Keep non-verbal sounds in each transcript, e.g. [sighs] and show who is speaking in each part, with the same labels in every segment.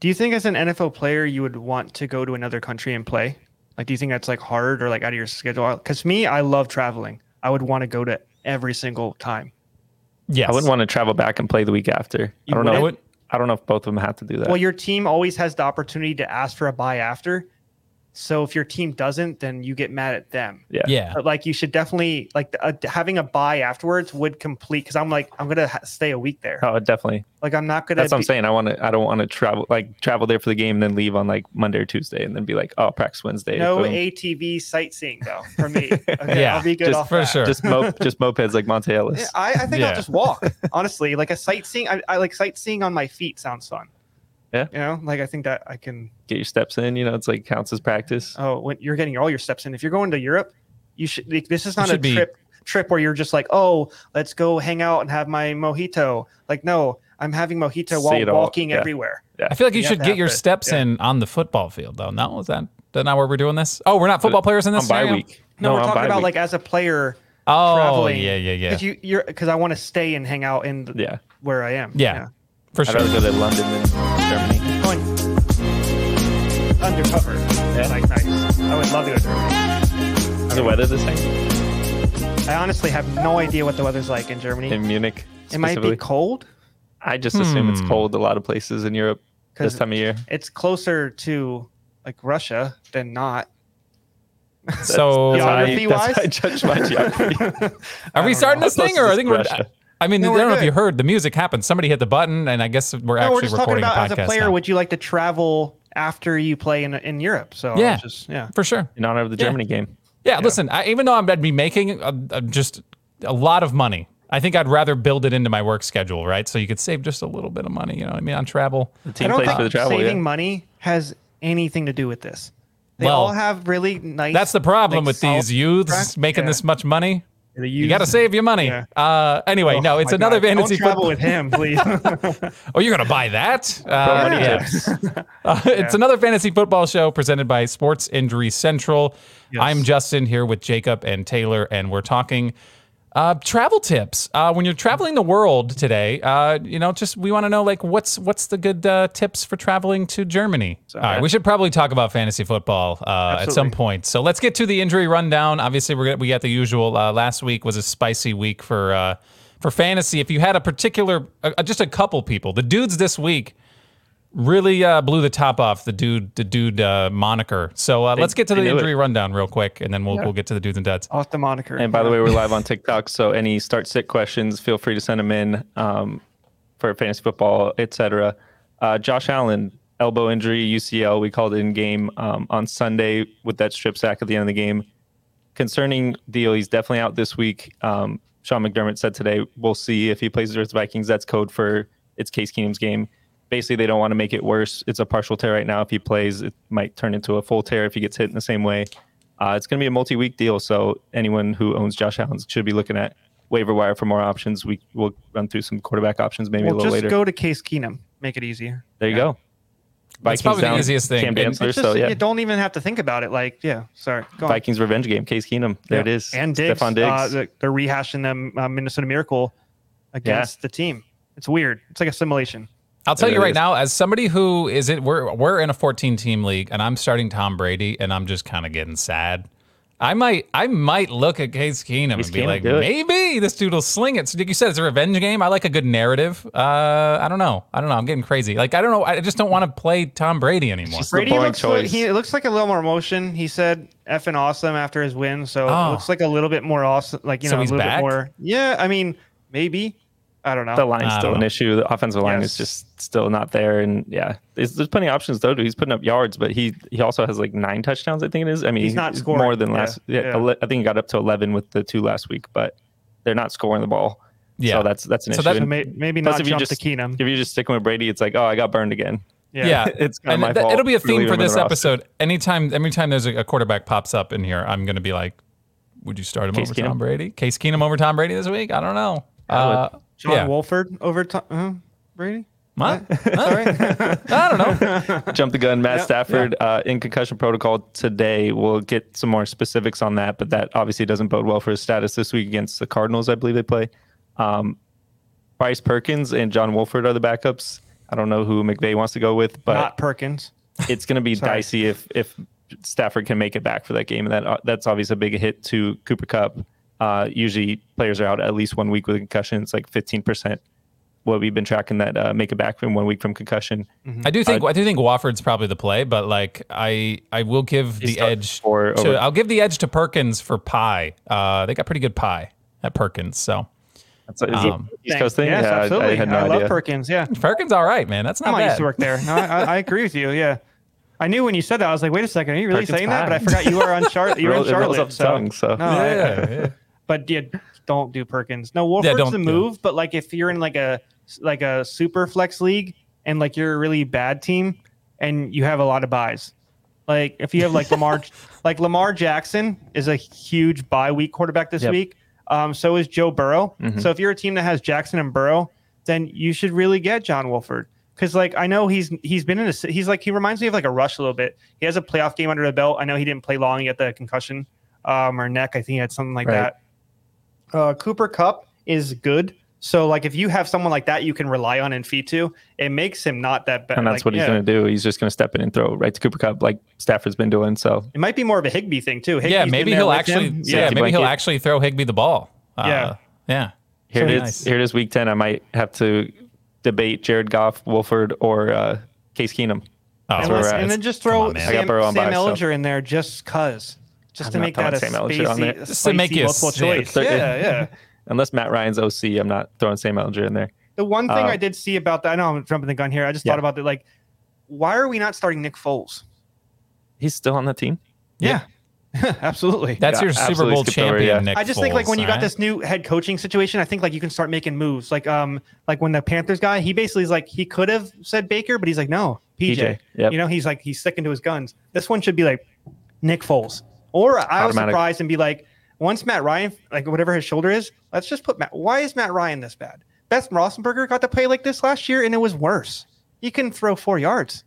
Speaker 1: Do you think as an NFL player you would want to go to another country and play? Like, do you think that's like hard or like out of your schedule? Because me, I love traveling. I would want to go to every single time.
Speaker 2: Yes.
Speaker 3: I wouldn't want to travel back and play the week after.
Speaker 1: You
Speaker 3: I don't know.
Speaker 1: wouldn't?
Speaker 3: I, don't know if both of them have to do that.
Speaker 1: Well, your team always has the opportunity to ask for a buy after. So if your team doesn't, then you get mad at them.
Speaker 2: Yeah.
Speaker 1: But like, you should definitely like uh, having a buy afterwards would complete. Because I'm like, I'm gonna ha- stay a week there.
Speaker 3: oh, definitely.
Speaker 1: Like, I'm not gonna.
Speaker 3: That's what I'm
Speaker 1: be-
Speaker 3: saying. I want to. I don't want to travel like travel there for the game and then leave on like Monday or Tuesday and then be like, oh, practice Wednesday.
Speaker 1: No
Speaker 3: boom.
Speaker 1: ATV sightseeing though for
Speaker 3: [laughs]
Speaker 1: me. Okay,
Speaker 2: Yeah,
Speaker 1: I'll be good
Speaker 3: just
Speaker 1: off
Speaker 2: for
Speaker 1: that.
Speaker 2: sure.
Speaker 3: [laughs]
Speaker 1: [laughs]
Speaker 3: just mo- just mopeds like Monte Ellis.
Speaker 1: Yeah, I, I think
Speaker 2: Yeah.
Speaker 1: I'll just walk. [laughs] Honestly, like a sightseeing, I, I like sightseeing on my feet sounds fun.
Speaker 3: Yeah.
Speaker 1: you know, like I think that I can.
Speaker 3: Get your steps in. You know, it's like counts as practice.
Speaker 1: Oh, when you're getting all your steps in, if you're going to Europe, you should. Like, this is not a
Speaker 2: should be-
Speaker 1: trip trip where you're just like, oh, let's go hang out and have my mojito. Like, no, I'm having mojito
Speaker 3: See it
Speaker 1: while
Speaker 3: all,
Speaker 1: walking
Speaker 3: yeah.
Speaker 1: everywhere.
Speaker 2: I feel like you,
Speaker 1: You have
Speaker 2: should
Speaker 1: to
Speaker 2: get
Speaker 1: have
Speaker 2: your
Speaker 1: the-
Speaker 2: steps
Speaker 1: yeah.
Speaker 2: in on the football field, though. No, is that, that not where we're doing this? Oh, we're not football players in this
Speaker 3: on bye
Speaker 2: scenario?
Speaker 3: week.
Speaker 1: No, we're
Speaker 3: on
Speaker 1: talking
Speaker 3: bye
Speaker 1: about
Speaker 3: week.
Speaker 1: like as a player
Speaker 2: Oh,
Speaker 1: traveling.
Speaker 2: yeah, yeah, yeah.
Speaker 1: Because you, you're because I want to stay and hang out in the,
Speaker 3: yeah.
Speaker 1: where I am.
Speaker 2: Yeah, For
Speaker 3: I'd
Speaker 2: sure.
Speaker 3: rather go to London than Germany.
Speaker 1: Going undercover.
Speaker 3: Yeah.
Speaker 1: Like nice. I would love to go to Germany.
Speaker 3: Is the weather the same
Speaker 1: I honestly have no idea what the weather's like in Germany.
Speaker 3: in Munich?
Speaker 1: it might be
Speaker 3: specifically?
Speaker 1: cold
Speaker 3: I just assume it's
Speaker 2: Hmm.
Speaker 3: cold a lot of places in Europe this
Speaker 1: because
Speaker 3: time of year.
Speaker 1: it's closer to like Russia than not.
Speaker 2: so,
Speaker 3: That's how I-
Speaker 1: Geography
Speaker 3: that's how [laughs] I
Speaker 1: wise?
Speaker 3: judge
Speaker 1: [laughs]
Speaker 3: my geography.
Speaker 2: are we
Speaker 1: don't
Speaker 2: starting
Speaker 1: know.
Speaker 2: this thing,
Speaker 3: Let's
Speaker 2: or I
Speaker 3: just
Speaker 2: think we're?
Speaker 3: Russia.
Speaker 2: I mean,
Speaker 1: No,
Speaker 2: I
Speaker 1: we're
Speaker 2: don't know if
Speaker 1: good.
Speaker 2: you heard the music happened. Somebody hit the button, and I guess we're
Speaker 1: No,
Speaker 2: actually
Speaker 1: we're just talking
Speaker 2: recording
Speaker 1: about
Speaker 2: a
Speaker 1: as
Speaker 2: podcast.
Speaker 1: a player,
Speaker 2: now.
Speaker 1: would you like to travel after you play in in Europe? So
Speaker 2: Yeah.
Speaker 1: yeah, just, yeah.
Speaker 2: for sure.
Speaker 3: in honor of the
Speaker 2: Yeah.
Speaker 3: Germany game.
Speaker 2: Yeah, listen, I, even though I'm, I'd be making uh, uh, just a lot of money, I think I'd rather build it into my work schedule, right? So you could save just a little bit of money, you know what I mean, on travel.
Speaker 3: The
Speaker 1: I
Speaker 3: team
Speaker 1: don't
Speaker 3: plays
Speaker 1: think
Speaker 3: for the travel.
Speaker 1: saving
Speaker 3: Yeah.
Speaker 1: money has anything to do with this. They
Speaker 2: Well,
Speaker 1: all have really nice.
Speaker 2: That's the problem
Speaker 1: like,
Speaker 2: with
Speaker 1: solid
Speaker 2: these youths
Speaker 1: contracts.
Speaker 2: making
Speaker 1: Yeah.
Speaker 2: this much money.
Speaker 1: The
Speaker 2: You got to
Speaker 1: youths-
Speaker 2: save your money.
Speaker 1: Yeah.
Speaker 2: Uh, anyway,
Speaker 1: Oh,
Speaker 2: no, it's
Speaker 1: my
Speaker 2: another
Speaker 1: God.
Speaker 2: fantasy.
Speaker 1: Don't travel
Speaker 2: football-
Speaker 1: with him, please. [laughs]
Speaker 2: Oh, you're gonna buy that?
Speaker 3: Pro
Speaker 2: Uh,
Speaker 3: money
Speaker 2: yeah.
Speaker 3: tips.
Speaker 2: Uh, [laughs] it's another fantasy football show presented by Sports Injury Central. I'm Justin here with Jacob and Taylor, and we're talking uh, travel tips. Uh, when you're traveling the world today, uh, you know, just we want to know like what's what's the good uh, tips for traveling to Germany. All right, we should probably talk about fantasy football uh, at some point. So let's get to the injury rundown. Obviously, we're gonna, we got the usual. Uh, last week was a spicy week for uh, for fantasy. If you had a particular, uh, just a couple people, the dudes this week really uh, blew the top off the dude the dude uh, moniker. So uh, let's get to
Speaker 3: they
Speaker 2: the
Speaker 3: knew
Speaker 2: injury rundown real quick, and then we'll we'll get to the dudes and duds.
Speaker 1: Off the moniker.
Speaker 3: And by the way, we're live on TikTok, so any start sit questions, feel free to send them in um, for fantasy football, etc. Uh, Josh Allen elbow injury, UCL. We called it in game um, on Sunday with that strip sack at the end of the game. Concerning deal, he's definitely out this week. Um, Sean McDermott said today, we'll see if he plays versus Vikings. That's code for it's Case Keenum's game. Basically, they don't want to make it worse. It's a partial tear right now. If he plays, it might turn into a full tear if he gets hit in the same way. Uh, it's going to be a multi-week deal, so anyone who owns Josh Allen should be looking at waiver wire for more options. We will run through some quarterback options maybe a
Speaker 1: well,
Speaker 3: little
Speaker 1: just
Speaker 3: later.
Speaker 1: go to Case Keenum. Make it easier.
Speaker 3: there you go.
Speaker 2: That's probably the easiest thing.
Speaker 3: Cam
Speaker 2: And
Speaker 3: Dantzler,
Speaker 1: It's
Speaker 3: so
Speaker 1: just-
Speaker 3: yeah,
Speaker 1: You don't even have to think about it. Like, yeah, sorry. Go on.
Speaker 3: Vikings revenge game. Case Keenum. There it is.
Speaker 1: And Diggs.
Speaker 3: Stephon Diggs.
Speaker 1: Uh, the- they're rehashing them uh, Minnesota Miracle against the team. It's weird. It's like a simulation.
Speaker 2: I'll tell
Speaker 3: There
Speaker 2: you
Speaker 3: it
Speaker 2: right
Speaker 3: is.
Speaker 2: now, as somebody who is it, we're we're in a 14 team league, and I'm starting Tom Brady, and I'm just kind of getting sad. I might I might look at Case Keenum
Speaker 3: Case
Speaker 2: and be
Speaker 3: Keenum,
Speaker 2: like,
Speaker 3: do it.
Speaker 2: maybe this dude will sling it. So like you said, it's a revenge game. I like a good narrative. Uh, I don't know. I don't know. I'm getting crazy. Like I don't know. I just don't want to play Tom Brady anymore.
Speaker 3: just- It's the
Speaker 1: Brady
Speaker 3: boring
Speaker 1: looks like,
Speaker 3: choice.
Speaker 1: he it looks like a little more emotion. He said effing awesome after his win. So
Speaker 2: Oh.
Speaker 1: it looks like a little bit more awesome. Like, you
Speaker 2: So
Speaker 1: know,
Speaker 2: he's
Speaker 1: a little
Speaker 2: back?
Speaker 1: bit more. Yeah, I mean, maybe. I don't know.
Speaker 3: the line's
Speaker 2: I
Speaker 3: still
Speaker 2: don't
Speaker 3: an
Speaker 2: know.
Speaker 3: issue. The offensive line
Speaker 1: Yes.
Speaker 3: is just still not there, and yeah, there's, there's plenty of options though. dude. He's putting up yards, but he he also has like nine touchdowns. I think it is. I mean,
Speaker 1: He's not scoring.
Speaker 3: more than
Speaker 1: Yeah.
Speaker 3: last. Yeah,
Speaker 1: Yeah.
Speaker 3: ele- I think he got up to eleven with the two last week, but they're not scoring the ball.
Speaker 2: Yeah.
Speaker 3: so that's that's an
Speaker 2: So
Speaker 3: issue.
Speaker 2: that's-
Speaker 1: So
Speaker 3: And
Speaker 1: may, maybe
Speaker 3: plus
Speaker 1: not
Speaker 3: if
Speaker 1: jump
Speaker 3: you just-
Speaker 1: to Keenum.
Speaker 3: if you're just sticking with Brady, it's like, oh, I got burned again.
Speaker 2: Yeah,
Speaker 3: [laughs] It's kinda my fault
Speaker 2: It'll be a
Speaker 3: for
Speaker 2: theme
Speaker 3: leaving
Speaker 2: for
Speaker 3: him in
Speaker 2: this
Speaker 3: the roster.
Speaker 2: episode. Anytime, anytime there's a, a quarterback pops up in here, I'm gonna be like, "Would you start him
Speaker 3: Case
Speaker 2: over
Speaker 3: Keenum.
Speaker 2: Tom Brady? Case Keenum over Tom Brady this week? I don't know. Uh,
Speaker 1: John
Speaker 2: yeah.
Speaker 1: Wolford over Tom, uh, Brady?
Speaker 2: [laughs] Huh? Huh?
Speaker 1: All right.
Speaker 2: I don't know.
Speaker 3: Jump the gun, Matt
Speaker 1: Yeah.
Speaker 3: Stafford Uh, in concussion protocol today. We'll get some more specifics on that, but that obviously doesn't bode well for his status this week against the Cardinals. I believe they play. Um, Bryce Perkins and John Wolford are the backups. I don't know who McVay wants to go with, [laughs] but
Speaker 1: Not Perkins.
Speaker 3: it's going to
Speaker 1: [laughs]
Speaker 3: be
Speaker 1: Sorry.
Speaker 3: dicey if if Stafford can make it back for that game, and that uh, that's obviously a big hit to Cooper Cup. Uh, usually, players are out at least one week with concussion. It's like fifteen percent. What we've been tracking that uh, make it back from one week from concussion.
Speaker 1: Mm-hmm.
Speaker 2: I do
Speaker 3: [laughs]
Speaker 2: think I do think Wofford's probably the play, but like I I will give the
Speaker 3: started
Speaker 2: edge
Speaker 3: before
Speaker 2: to
Speaker 3: over-
Speaker 2: I'll give the edge to Perkins for pie. Uh, they got pretty good pie at Perkins, so
Speaker 3: That's is
Speaker 2: Um,
Speaker 3: it East Coast thing.
Speaker 1: Yes,
Speaker 3: yeah, I-
Speaker 1: absolutely.
Speaker 3: I had no idea.
Speaker 1: love Perkins. Yeah.
Speaker 2: Perkins all right, man. That's not
Speaker 1: Mom
Speaker 2: bad.
Speaker 1: used to work there. No, I, I- I agree with you. Yeah. I knew when you said that, I was like, wait a second, are you really
Speaker 3: Perkins
Speaker 1: saying that? But I
Speaker 3: pie.
Speaker 1: forgot you were on
Speaker 3: [laughs]
Speaker 1: Charlotte. You were in
Speaker 3: Roll- it rolls
Speaker 1: Charlotte.
Speaker 3: up
Speaker 1: so.
Speaker 3: tongue, so.
Speaker 1: No, I-
Speaker 2: yeah,
Speaker 3: [laughs]
Speaker 2: yeah.
Speaker 1: but yeah, don't do Perkins. No, Wolford's
Speaker 2: don't-
Speaker 1: the
Speaker 2: yeah.
Speaker 1: move. But like, if you're in like a like a super flex league and like you're a really bad team and you have a lot of buys, like if you have like Lamar, like Lamar Jackson is a huge bye week quarterback this
Speaker 3: Yep.
Speaker 1: week. Um, so is Joe Burrow. So if you're a team that has Jackson and Burrow, then you should really get John Wolford. Because like I know he's he's been in a he's like he reminds me of like a rush a little bit. He has a playoff game under the belt. I know he didn't play long. He got the concussion um, or neck. I think he had something like
Speaker 3: Right.
Speaker 1: that uh, Cooper Cup is good. So like if you have someone like that you can rely on and feed to, it makes him not that bad.
Speaker 3: and that's
Speaker 1: Like,
Speaker 3: what he's
Speaker 1: yeah.
Speaker 3: going to do. He's just going to step in and throw right to Cooper Cup, like Stafford's been doing. So
Speaker 1: It might be more of a Higby thing too. Higby's
Speaker 2: yeah,
Speaker 1: been
Speaker 2: maybe
Speaker 1: there
Speaker 2: he'll
Speaker 1: with
Speaker 2: actually
Speaker 1: him.
Speaker 2: yeah,
Speaker 3: Safety
Speaker 2: maybe he'll
Speaker 3: blanket.
Speaker 2: actually throw Higby the ball. Uh,
Speaker 1: Yeah.
Speaker 2: yeah.
Speaker 3: here it
Speaker 2: So
Speaker 3: is.
Speaker 2: nice.
Speaker 3: Here it is. Week ten. I might have to debate Jared Goff, Wolford, or uh, Case Keenum.
Speaker 2: Oh,
Speaker 1: And,
Speaker 3: where
Speaker 1: let's-
Speaker 3: we're at.
Speaker 1: and then just throw
Speaker 2: on, man.
Speaker 3: I got
Speaker 1: Sam,
Speaker 3: Burrow on
Speaker 1: Sam
Speaker 3: by, so-
Speaker 1: Ellinger in there just cause. Just
Speaker 3: I'm
Speaker 1: to
Speaker 3: not
Speaker 1: make that a
Speaker 3: throwing Sam Ellinger on there.
Speaker 1: spacey,
Speaker 2: Just to make
Speaker 1: spicy
Speaker 2: you
Speaker 1: multiple
Speaker 2: sick.
Speaker 1: choice.
Speaker 3: They're-
Speaker 1: Yeah, yeah.
Speaker 3: Unless Matt Ryan's OC, I'm not throwing Sam Ellinger in there.
Speaker 1: The one thing
Speaker 3: Uh,
Speaker 1: I did see about that, I know I'm jumping the gun here. I just
Speaker 3: Yeah.
Speaker 1: thought about that. Like, why are we not starting Nick Foles? [laughs]
Speaker 3: He's still on the team.
Speaker 2: Yeah.
Speaker 1: Yeah. absolutely.
Speaker 2: That's
Speaker 3: Yeah,
Speaker 2: your Super
Speaker 3: absolutely
Speaker 2: Bowl
Speaker 3: skipped over,
Speaker 2: champion,
Speaker 3: yeah.
Speaker 2: Nick.
Speaker 1: I just think like
Speaker 2: Foles,
Speaker 1: when you got
Speaker 2: alright?
Speaker 1: this new head coaching situation, I think like you can start making moves. Like um like when the Panthers guy, he basically is like he could have said Baker, but he's like no PJ.
Speaker 3: PJ, yep.
Speaker 1: You know he's like he's sticking to his guns. This one should be like Nick Foles. Or I was
Speaker 3: Automatic.
Speaker 1: surprised and be like once Matt Ryan like whatever his shoulder is, let's just put Matt. Why is Matt Ryan this bad? Beth Rossenberger got to play like this last year and it was worse. You couldn't throw four yards.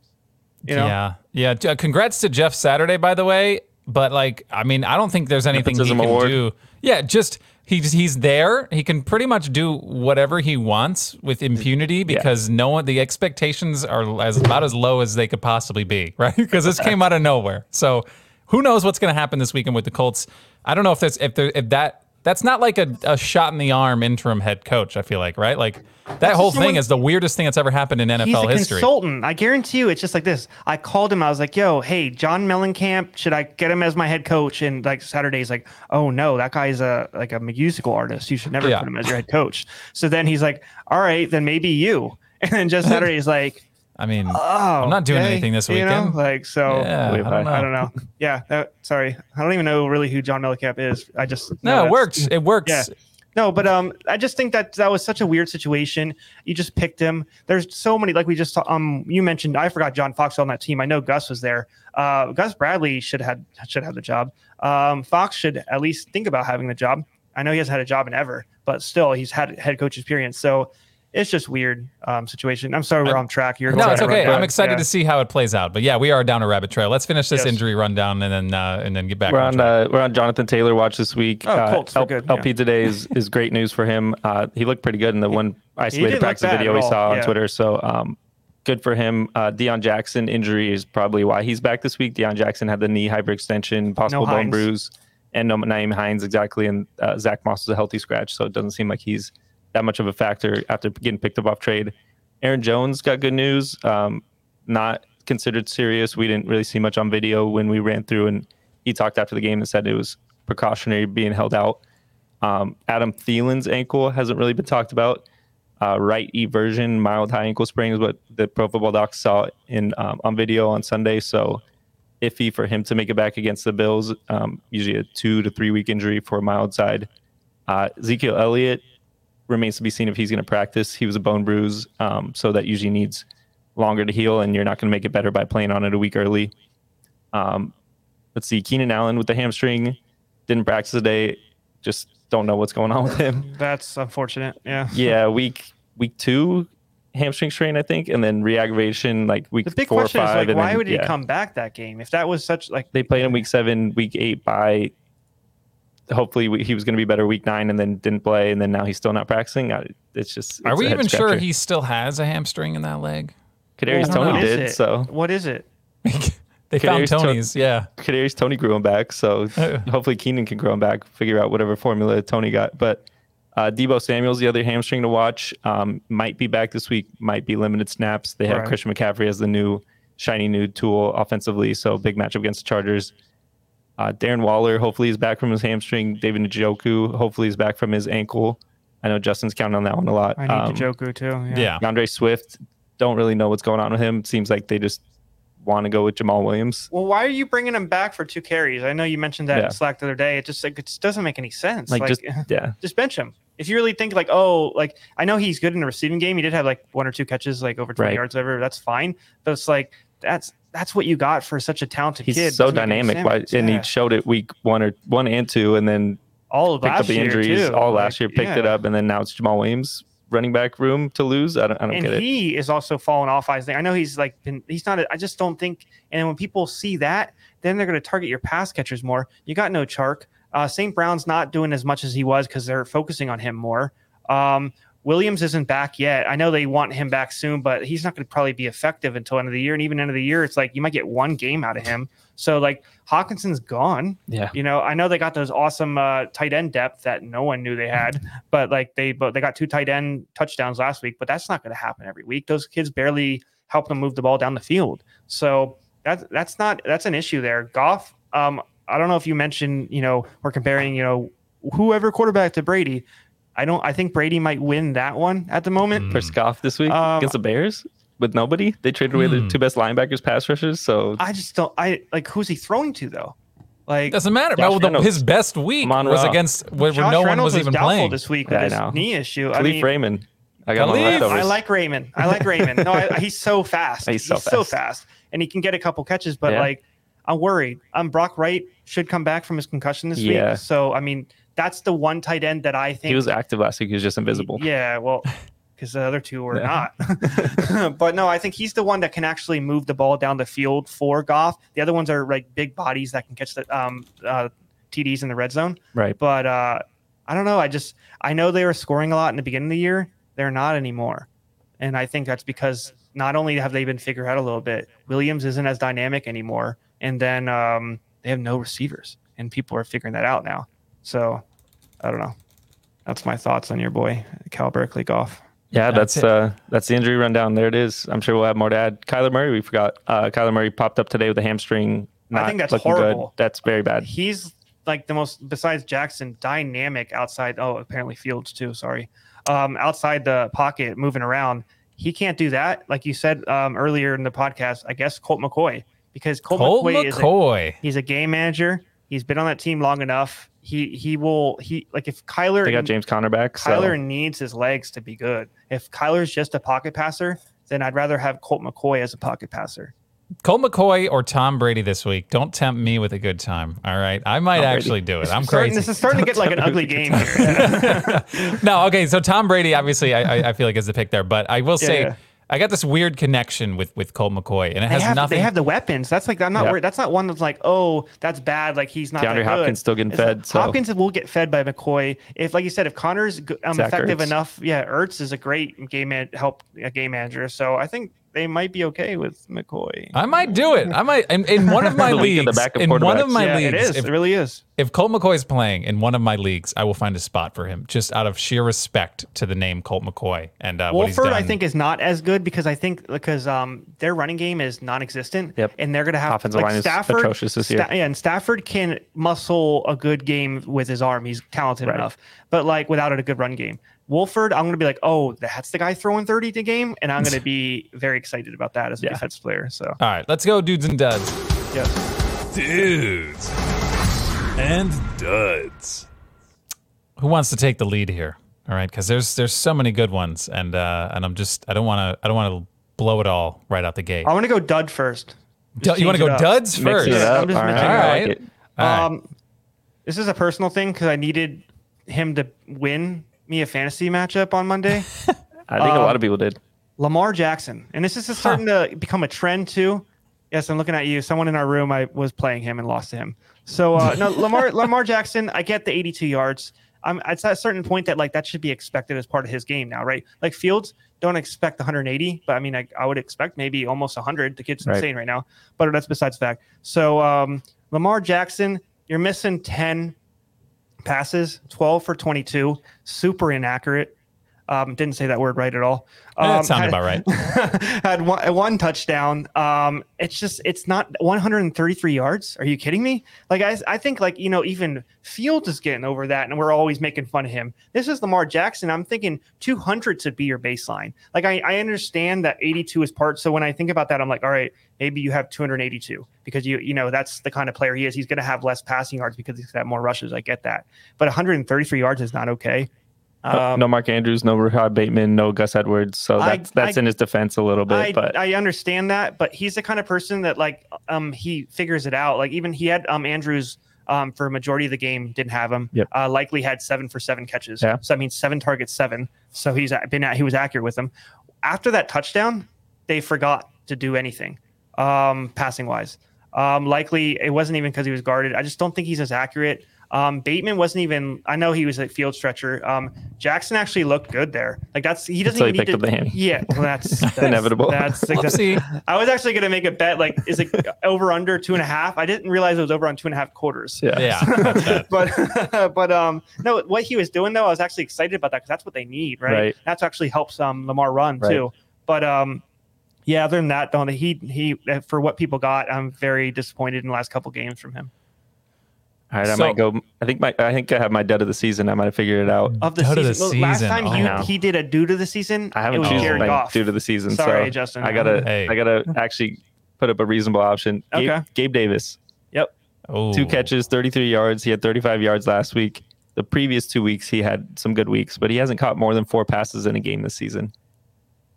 Speaker 1: You know?
Speaker 2: Yeah, yeah. J- uh, Congrats to Jeff Saturday, by the way. But like, I mean, I don't think there's anything he
Speaker 3: Nepotism
Speaker 2: can
Speaker 3: award.
Speaker 2: do. Yeah, just he's he's there. He can pretty much do whatever he wants with impunity because no one the expectations are as about as low as they could possibly be, [laughs] right? Because this came out of nowhere. So who knows what's going to happen this weekend with the Colts? I don't know if that's if there if that. That's not like a, a shot in the arm interim head coach, I feel like, right? Like that whole thing
Speaker 1: someone-
Speaker 2: is the weirdest thing that's ever happened in NFL
Speaker 1: He's a
Speaker 2: history.
Speaker 1: consultant. I guarantee you, it's just like this. I called him. I was like, "Yo, hey, John Mellencamp, should I get him as my head coach?" And like Saturday's like, "Oh no, that guy's a like a musical artist. You should never
Speaker 2: Yeah.
Speaker 1: put him as your head coach." So then he's like, "All right, then maybe you." [laughs] And then just Saturday's like,
Speaker 2: I mean,
Speaker 1: "Oh,
Speaker 2: I'm not doing
Speaker 1: okay,"
Speaker 2: anything this
Speaker 1: you know?
Speaker 2: weekend.
Speaker 1: Like so,
Speaker 2: yeah,
Speaker 3: Wait,
Speaker 2: I don't know.
Speaker 1: I don't know. Yeah, that, sorry, I don't even know really who John Mellencamp is. I just know
Speaker 2: No, it
Speaker 1: that's-
Speaker 2: works. It works.
Speaker 1: Yeah. No, but um, I just think that that was such a weird situation. You just picked him. There's so many, like we just saw, um, you mentioned. I forgot John Fox on that team. I know Gus was there. Uh, Gus Bradley should had should have the job. Um, Fox should at least think about having the job. I know he hasn't had a job in ever, but still, he's had head coach experience. So it's just weird um situation. I'm sorry, we're on track. You're
Speaker 2: No,
Speaker 1: going
Speaker 2: it's
Speaker 1: right,
Speaker 2: okay.
Speaker 1: right,
Speaker 2: I'm
Speaker 1: right.
Speaker 2: excited
Speaker 1: Yeah.
Speaker 2: to see how it plays out. But yeah, we are down a rabbit trail. Let's finish this
Speaker 1: Yes.
Speaker 2: injury rundown and then uh, and then get back.
Speaker 3: We're
Speaker 2: on
Speaker 3: on
Speaker 2: track.
Speaker 3: uh, we're on Jonathan Taylor watch this week.
Speaker 1: Oh,
Speaker 3: uh,
Speaker 1: Colts, we're
Speaker 3: L-
Speaker 1: good, yeah.
Speaker 3: LP today is, is great news for him. Uh, he looked pretty good in the one
Speaker 1: didn't
Speaker 3: isolated
Speaker 1: look
Speaker 3: practice
Speaker 1: bad
Speaker 3: video
Speaker 1: at
Speaker 3: we
Speaker 1: all,
Speaker 3: saw on
Speaker 1: yeah.
Speaker 3: Twitter. So um, good for him. Uh, Deion Jackson injury is probably why he's back this week. Deion Jackson had the knee hyperextension, possible bone
Speaker 1: Hines.
Speaker 3: bruise, and no Naeem Hines exactly. And uh, Zach Moss is a healthy scratch, so it doesn't seem like he's that much of a factor after getting picked up off trade. Aaron Jones got good news. Um, not considered serious. We didn't really see much on video when we ran through, and he talked after the game and said it was precautionary being held out. Um, Adam Thielen's ankle hasn't really been talked about. Uh, right eversion, mild high ankle sprain is what the Pro Football Docs saw in um, on video on Sunday. So iffy for him to make it back against the Bills. Um, usually a two to three week injury for a mild side. Uh, Ezekiel Elliott remains to be seen if he's going to practice. He was a bone bruise, um, so that usually needs longer to heal, and you're not going to make it better by playing on it a week early. Um, let's see, Keenan Allen with the hamstring didn't practice today. Just don't know what's going on with him.
Speaker 1: That's unfortunate. Yeah.
Speaker 3: Yeah, week week two hamstring strain, I think, and then reaggravation like week
Speaker 1: The big
Speaker 3: four or
Speaker 1: question is
Speaker 3: five.
Speaker 1: like,
Speaker 3: and
Speaker 1: why
Speaker 3: then-
Speaker 1: would he
Speaker 3: yeah.
Speaker 1: come back that game if that was such like
Speaker 3: They played in week seven, week eight by hopefully we, he was going to be better week nine and then didn't play and then now he's still not practicing. I, it's just
Speaker 2: Are
Speaker 3: uh, it's
Speaker 2: we
Speaker 3: a head
Speaker 2: even sure
Speaker 3: scratcher.
Speaker 2: he still has a hamstring in that leg? [laughs]
Speaker 3: Kadarius
Speaker 1: I don't know.
Speaker 3: Tony
Speaker 1: What is
Speaker 3: did
Speaker 1: it?
Speaker 3: so.
Speaker 1: What is it?
Speaker 2: They found
Speaker 3: Kadarius Toney-
Speaker 2: Tony's. yeah.
Speaker 3: Kadarius Tony grew him
Speaker 1: [laughs]
Speaker 3: back, so
Speaker 2: Oh.
Speaker 3: hopefully Keenan can grow him back. Figure out whatever formula Tony got, but. Uh, Debo Samuel's the other hamstring to watch. Um, might be back this week. Might be limited snaps. They have
Speaker 1: Right.
Speaker 3: Christian McCaffrey as the new shiny new tool offensively. So big matchup against the Chargers. Uh, Darren Waller hopefully is back from his hamstring. David Njoku hopefully is back from his ankle. I know Justin's counting on that one a lot.
Speaker 1: I need
Speaker 3: Um,
Speaker 1: Joku too. Yeah.
Speaker 2: Yeah.
Speaker 3: DeAndre Swift. Don't really know what's going on with him. Seems like they just want to go with
Speaker 1: [laughs]
Speaker 3: Jamal Williams.
Speaker 1: Well, why are you bringing him back for two carries? I know you mentioned that
Speaker 3: Yeah.
Speaker 1: in Slack the other day. It just like it just doesn't make any sense.
Speaker 3: Like,
Speaker 1: Like,
Speaker 3: just
Speaker 1: [laughs] just,
Speaker 3: yeah,
Speaker 1: bench him. If you really think like, oh, like I know he's good in the receiving game. He did have like one or two catches, like over twenty
Speaker 3: Right.
Speaker 1: yards, over. That's fine. But it's like that's that's what you got for such a talented
Speaker 3: he's
Speaker 1: kid.
Speaker 3: so
Speaker 1: Doesn't make any
Speaker 3: dynamic. Why,
Speaker 1: sense.
Speaker 3: and
Speaker 1: Yeah.
Speaker 3: he showed it week one or one and two, and then
Speaker 1: all of
Speaker 3: picked
Speaker 1: last
Speaker 3: up the
Speaker 1: year,
Speaker 3: injuries
Speaker 1: too.
Speaker 3: all
Speaker 1: Like,
Speaker 3: last year. Picked
Speaker 1: yeah.
Speaker 3: it up, and then now it's Jamal Williams running back room to lose. I don't, I don't
Speaker 1: and
Speaker 3: get it.
Speaker 1: he is also falling off. I think I know he's like been. He's not. A, I just don't think. And when people see that, then they're going to target your pass catchers more. You got no Chark. Uh, St. Brown's not doing as much as he was because they're focusing on him more. Um, Williams isn't back yet. I know they want him back soon, but he's not going to probably be effective until end of the year. And even end of the year, it's like you might get one game out of him. So like Hawkinson's gone.
Speaker 3: Yeah.
Speaker 1: You know, I know they got those awesome uh, tight end depth that no one knew they
Speaker 2: [laughs]
Speaker 1: had, but like they but they got two tight end touchdowns last week, but that's not going to happen every week. Those kids barely help them move the ball down the field. So that's that's not that's an issue there. Goff, um, I don't know if you mentioned, you know, we're comparing, you know, whoever quarterback to Brady. I don't I think Brady might win that one at the
Speaker 2: Mm.
Speaker 1: moment.
Speaker 3: For Scoff this week
Speaker 1: Um,
Speaker 3: against the Bears with nobody, they traded away their
Speaker 2: Hmm.
Speaker 3: two best linebackers, pass rushers. So
Speaker 1: I just don't I like who's he throwing to though? Like
Speaker 2: Doesn't matter.
Speaker 3: Josh
Speaker 2: Well, the-
Speaker 3: Reynolds.
Speaker 2: his best week
Speaker 3: Monroe.
Speaker 2: was against where, where
Speaker 1: Josh
Speaker 2: no one
Speaker 1: Reynolds
Speaker 2: was even
Speaker 1: doubtful
Speaker 2: playing.
Speaker 1: this week
Speaker 3: Yeah,
Speaker 1: with
Speaker 3: I
Speaker 1: his
Speaker 3: know.
Speaker 1: knee issue. I
Speaker 3: Khalif
Speaker 1: mean,
Speaker 3: Raymond, I got
Speaker 2: Khalif, I
Speaker 3: on
Speaker 1: I
Speaker 3: leftovers.
Speaker 1: like Raymond. I like Raymond. No, I, he's
Speaker 3: [laughs]
Speaker 1: so fast.
Speaker 3: He's so fast.
Speaker 1: and he can get a couple catches. But
Speaker 3: Yeah.
Speaker 1: like, I'm worried. I'm Brock Wright should come back from his concussion this
Speaker 3: Yeah.
Speaker 1: week. So I mean, that's the one tight end that I think
Speaker 3: he was active last week. He was just invisible.
Speaker 1: Yeah, well, because the other two were
Speaker 3: Yeah. [laughs]
Speaker 1: not. [laughs] but no, I think he's the one that can actually move the ball down the field for Goff. The other ones are like big bodies that can catch the um, uh, TDs in the red zone
Speaker 3: Right.
Speaker 1: but uh, I don't know. I just I know they were scoring a lot in the beginning of the year. They're not anymore, and I think that's because not only have they been figured out a little bit, Williams isn't as dynamic anymore, and then um, they have no receivers, and people are figuring that out now. So I don't know. That's my thoughts on your boy Cal Berkeley golf.
Speaker 3: Yeah,
Speaker 2: That's
Speaker 3: that's
Speaker 2: it.
Speaker 3: uh, that's the injury rundown. There it is. I'm sure we'll have more to add. Kyler Murray, we forgot. Uh, Kyler Murray popped up today with a hamstring.
Speaker 1: I
Speaker 3: Not
Speaker 1: think that's
Speaker 3: looking
Speaker 1: horrible.
Speaker 3: Good. That's very bad.
Speaker 1: He's like the most besides Jackson dynamic outside. Oh, apparently Fields too. Sorry, um, outside the pocket moving around. He can't do that. Like you said um, earlier in the podcast, I guess Colt McCoy because Colt,
Speaker 2: Colt
Speaker 1: McCoy, is a,
Speaker 2: McCoy.
Speaker 1: he's a game manager. He's been on that team long enough. He he will he like if Kyler
Speaker 3: They got James Conner back. So.
Speaker 1: Kyler needs his legs to be good. If Kyler's just a pocket passer, then I'd rather have Colt McCoy as a pocket passer.
Speaker 2: Colt McCoy or Tom Brady this week. Don't tempt me with a good time. All right. I might
Speaker 3: Tom Brady.
Speaker 2: actually do it. I'm
Speaker 1: Starting-
Speaker 2: crazy.
Speaker 1: This is starting to get
Speaker 3: [laughs]
Speaker 1: like an ugly game here.
Speaker 2: no, okay. So Tom Brady, obviously, I, I- I feel like is the pick there, but I will say
Speaker 1: yeah.
Speaker 2: I got this weird connection with with Colt McCoy, and it
Speaker 1: they
Speaker 2: has
Speaker 1: have,
Speaker 2: nothing.
Speaker 1: They have the weapons. That's like I'm not
Speaker 3: Yeah.
Speaker 1: worried. That's not one that's like, oh, that's bad. Like he's not.
Speaker 3: DeAndre
Speaker 1: that good.
Speaker 3: Hopkins still getting
Speaker 1: It's like,
Speaker 3: fed, so-
Speaker 1: Hopkins will get fed by McCoy if, like you said, if Connor's g- um,
Speaker 3: Zach
Speaker 1: effective
Speaker 3: Ertz.
Speaker 1: enough. Yeah, Ertz is a great game man, help a game manager. So I think they might be okay with McCoy.
Speaker 2: I might do it. I might in, in one of my
Speaker 3: The week
Speaker 2: leagues.
Speaker 3: of the backup
Speaker 2: in one of
Speaker 3: quarterbacks.
Speaker 2: my
Speaker 1: yeah, it
Speaker 2: leagues,
Speaker 1: is.
Speaker 2: if,
Speaker 1: it really is.
Speaker 2: if Colt McCoy is playing in one of my leagues, I will find a spot for him, just out of sheer respect to the name Colt McCoy and uh, what he's
Speaker 1: Wolford,
Speaker 2: done.
Speaker 1: I think, is not as good because I think because um their running game is non-existent.
Speaker 3: Yep.
Speaker 1: And they're gonna have
Speaker 3: Offensive line is atrocious this year.
Speaker 1: yeah, and Stafford can muscle a good game with his arm. He's talented
Speaker 3: Right.
Speaker 1: enough, but like without it, a good run game. Wolford, I'm gonna be like, oh, that's the guy throwing 30 to game, and I'm
Speaker 3: [laughs]
Speaker 1: gonna be very excited about that as a
Speaker 3: Yeah.
Speaker 1: defense player. So
Speaker 2: All right, let's go, dudes and duds.
Speaker 1: yes,
Speaker 4: Dudes and duds.
Speaker 2: who wants to take the lead here? All right, because there's there's so many good ones, and uh, and I'm just I don't want to I don't want to blow it all right out the gate.
Speaker 1: I want to go Dud first.
Speaker 2: Du- you want
Speaker 1: change
Speaker 2: to
Speaker 1: it
Speaker 2: go
Speaker 1: up.
Speaker 2: duds first?
Speaker 3: Mixing it
Speaker 1: Yeah,
Speaker 3: up.
Speaker 1: I'm just
Speaker 3: All right.
Speaker 1: mixing it
Speaker 2: up.
Speaker 3: I like it.
Speaker 2: All right.
Speaker 1: Um, this is a personal thing because I needed him to win me a fantasy matchup on Monday.
Speaker 3: I think a lot of people did.
Speaker 1: Lamar Jackson, and this is just starting to become a trend too. Yes, I'm looking at you. Someone in our room, I was playing him and lost to him. So
Speaker 2: [laughs]
Speaker 1: uh, no, Lamar Lamar Jackson, I get the 82 yards. I'm it's at a certain point that like that should be expected as part of his game now, right? Like Fields, don't expect 180, but I mean, I, I would expect maybe almost 100. The kid's
Speaker 3: Right.
Speaker 1: insane right now, but that's besides the fact. So um, Lamar Jackson, you're missing 10 passes, 12 for 22, super inaccurate. Um, didn't say that word right at all. Um,
Speaker 2: that sounded
Speaker 1: had- [laughs]
Speaker 2: about right.
Speaker 3: [laughs]
Speaker 1: had one, one touchdown. Um, it's just it's not 133 yards. Are you kidding me? Like I, I think like you know even Fields is getting over that, and we're always making fun of him. This is Lamar Jackson. I'm thinking 200 should be your baseline. Like I, I understand that 82 is part. So when I think about that, I'm like, all right, maybe you have 282 because you you know that's the kind of player he is. He's going to have less passing yards because he's going to have more rushes. I get that, but 133 yards is not okay.
Speaker 3: Oh, No- no Mark Andrews, no Rashad Bateman, no Gus Edwards. So
Speaker 1: Um, I-
Speaker 3: that's that's
Speaker 1: I-
Speaker 3: in his defense a little bit,
Speaker 1: I,
Speaker 3: but
Speaker 1: I understand that, but he's the kind of person that like um he figures it out. Like even he had um Andrews um for a majority of the game didn't have him.
Speaker 3: Yep.
Speaker 1: Uh, likely had seven for seven catches.
Speaker 3: Yeah.
Speaker 1: So I mean seven targets, seven. So he's a- been at, he was accurate with them. After that touchdown, they forgot to do anything um passing wise. Um, likely it wasn't even because he was guarded. I just don't think he's as accurate. Um, Bateman wasn't even. I know he was a field stretcher. Um, Jackson actually looked good there. Like that's he doesn't
Speaker 3: Until he
Speaker 1: even need
Speaker 3: picked
Speaker 1: to,
Speaker 3: up the hammy.
Speaker 1: Yeah, well,
Speaker 3: [laughs]
Speaker 1: that's, that's
Speaker 3: inevitable.
Speaker 1: That's exactly.
Speaker 2: Whoopsie.
Speaker 1: I was actually going to make a bet. Like, is it over under two and a half? I didn't realize it was over on two and a half quarters.
Speaker 3: yeah.
Speaker 2: Yeah. that's that.
Speaker 1: But [laughs] but um no, what he was doing though, I was actually excited about that because that's what they need, right?
Speaker 3: Right.
Speaker 1: That's actually helps um Lamar run
Speaker 3: Right.
Speaker 1: too. But um yeah, other than that, Don, he he for what people got, I'm very disappointed in the last couple games from him
Speaker 3: All right, I
Speaker 2: So-
Speaker 3: might go. I think my I think I have my dead of the season. I might have figured it out.
Speaker 1: of the
Speaker 2: Due to the
Speaker 1: season. well, Last
Speaker 2: season,
Speaker 1: time
Speaker 2: oh.
Speaker 1: you
Speaker 3: No.
Speaker 1: he did a due to the season.
Speaker 3: I
Speaker 1: it
Speaker 3: haven't
Speaker 1: was
Speaker 3: chosen
Speaker 1: Jared
Speaker 3: my
Speaker 1: Goff.
Speaker 3: due to the season.
Speaker 1: Sorry,
Speaker 3: so
Speaker 1: Justin.
Speaker 3: I gotta
Speaker 2: Hey.
Speaker 3: I gotta actually put up a reasonable option. Gabe,
Speaker 1: Okay.
Speaker 3: Gabe Davis,
Speaker 2: Oh.
Speaker 3: [laughs] two catches, 33 yards. He had 35 yards last week. The previous two weeks, he had some good weeks, but he hasn't caught more than four passes in a game this season.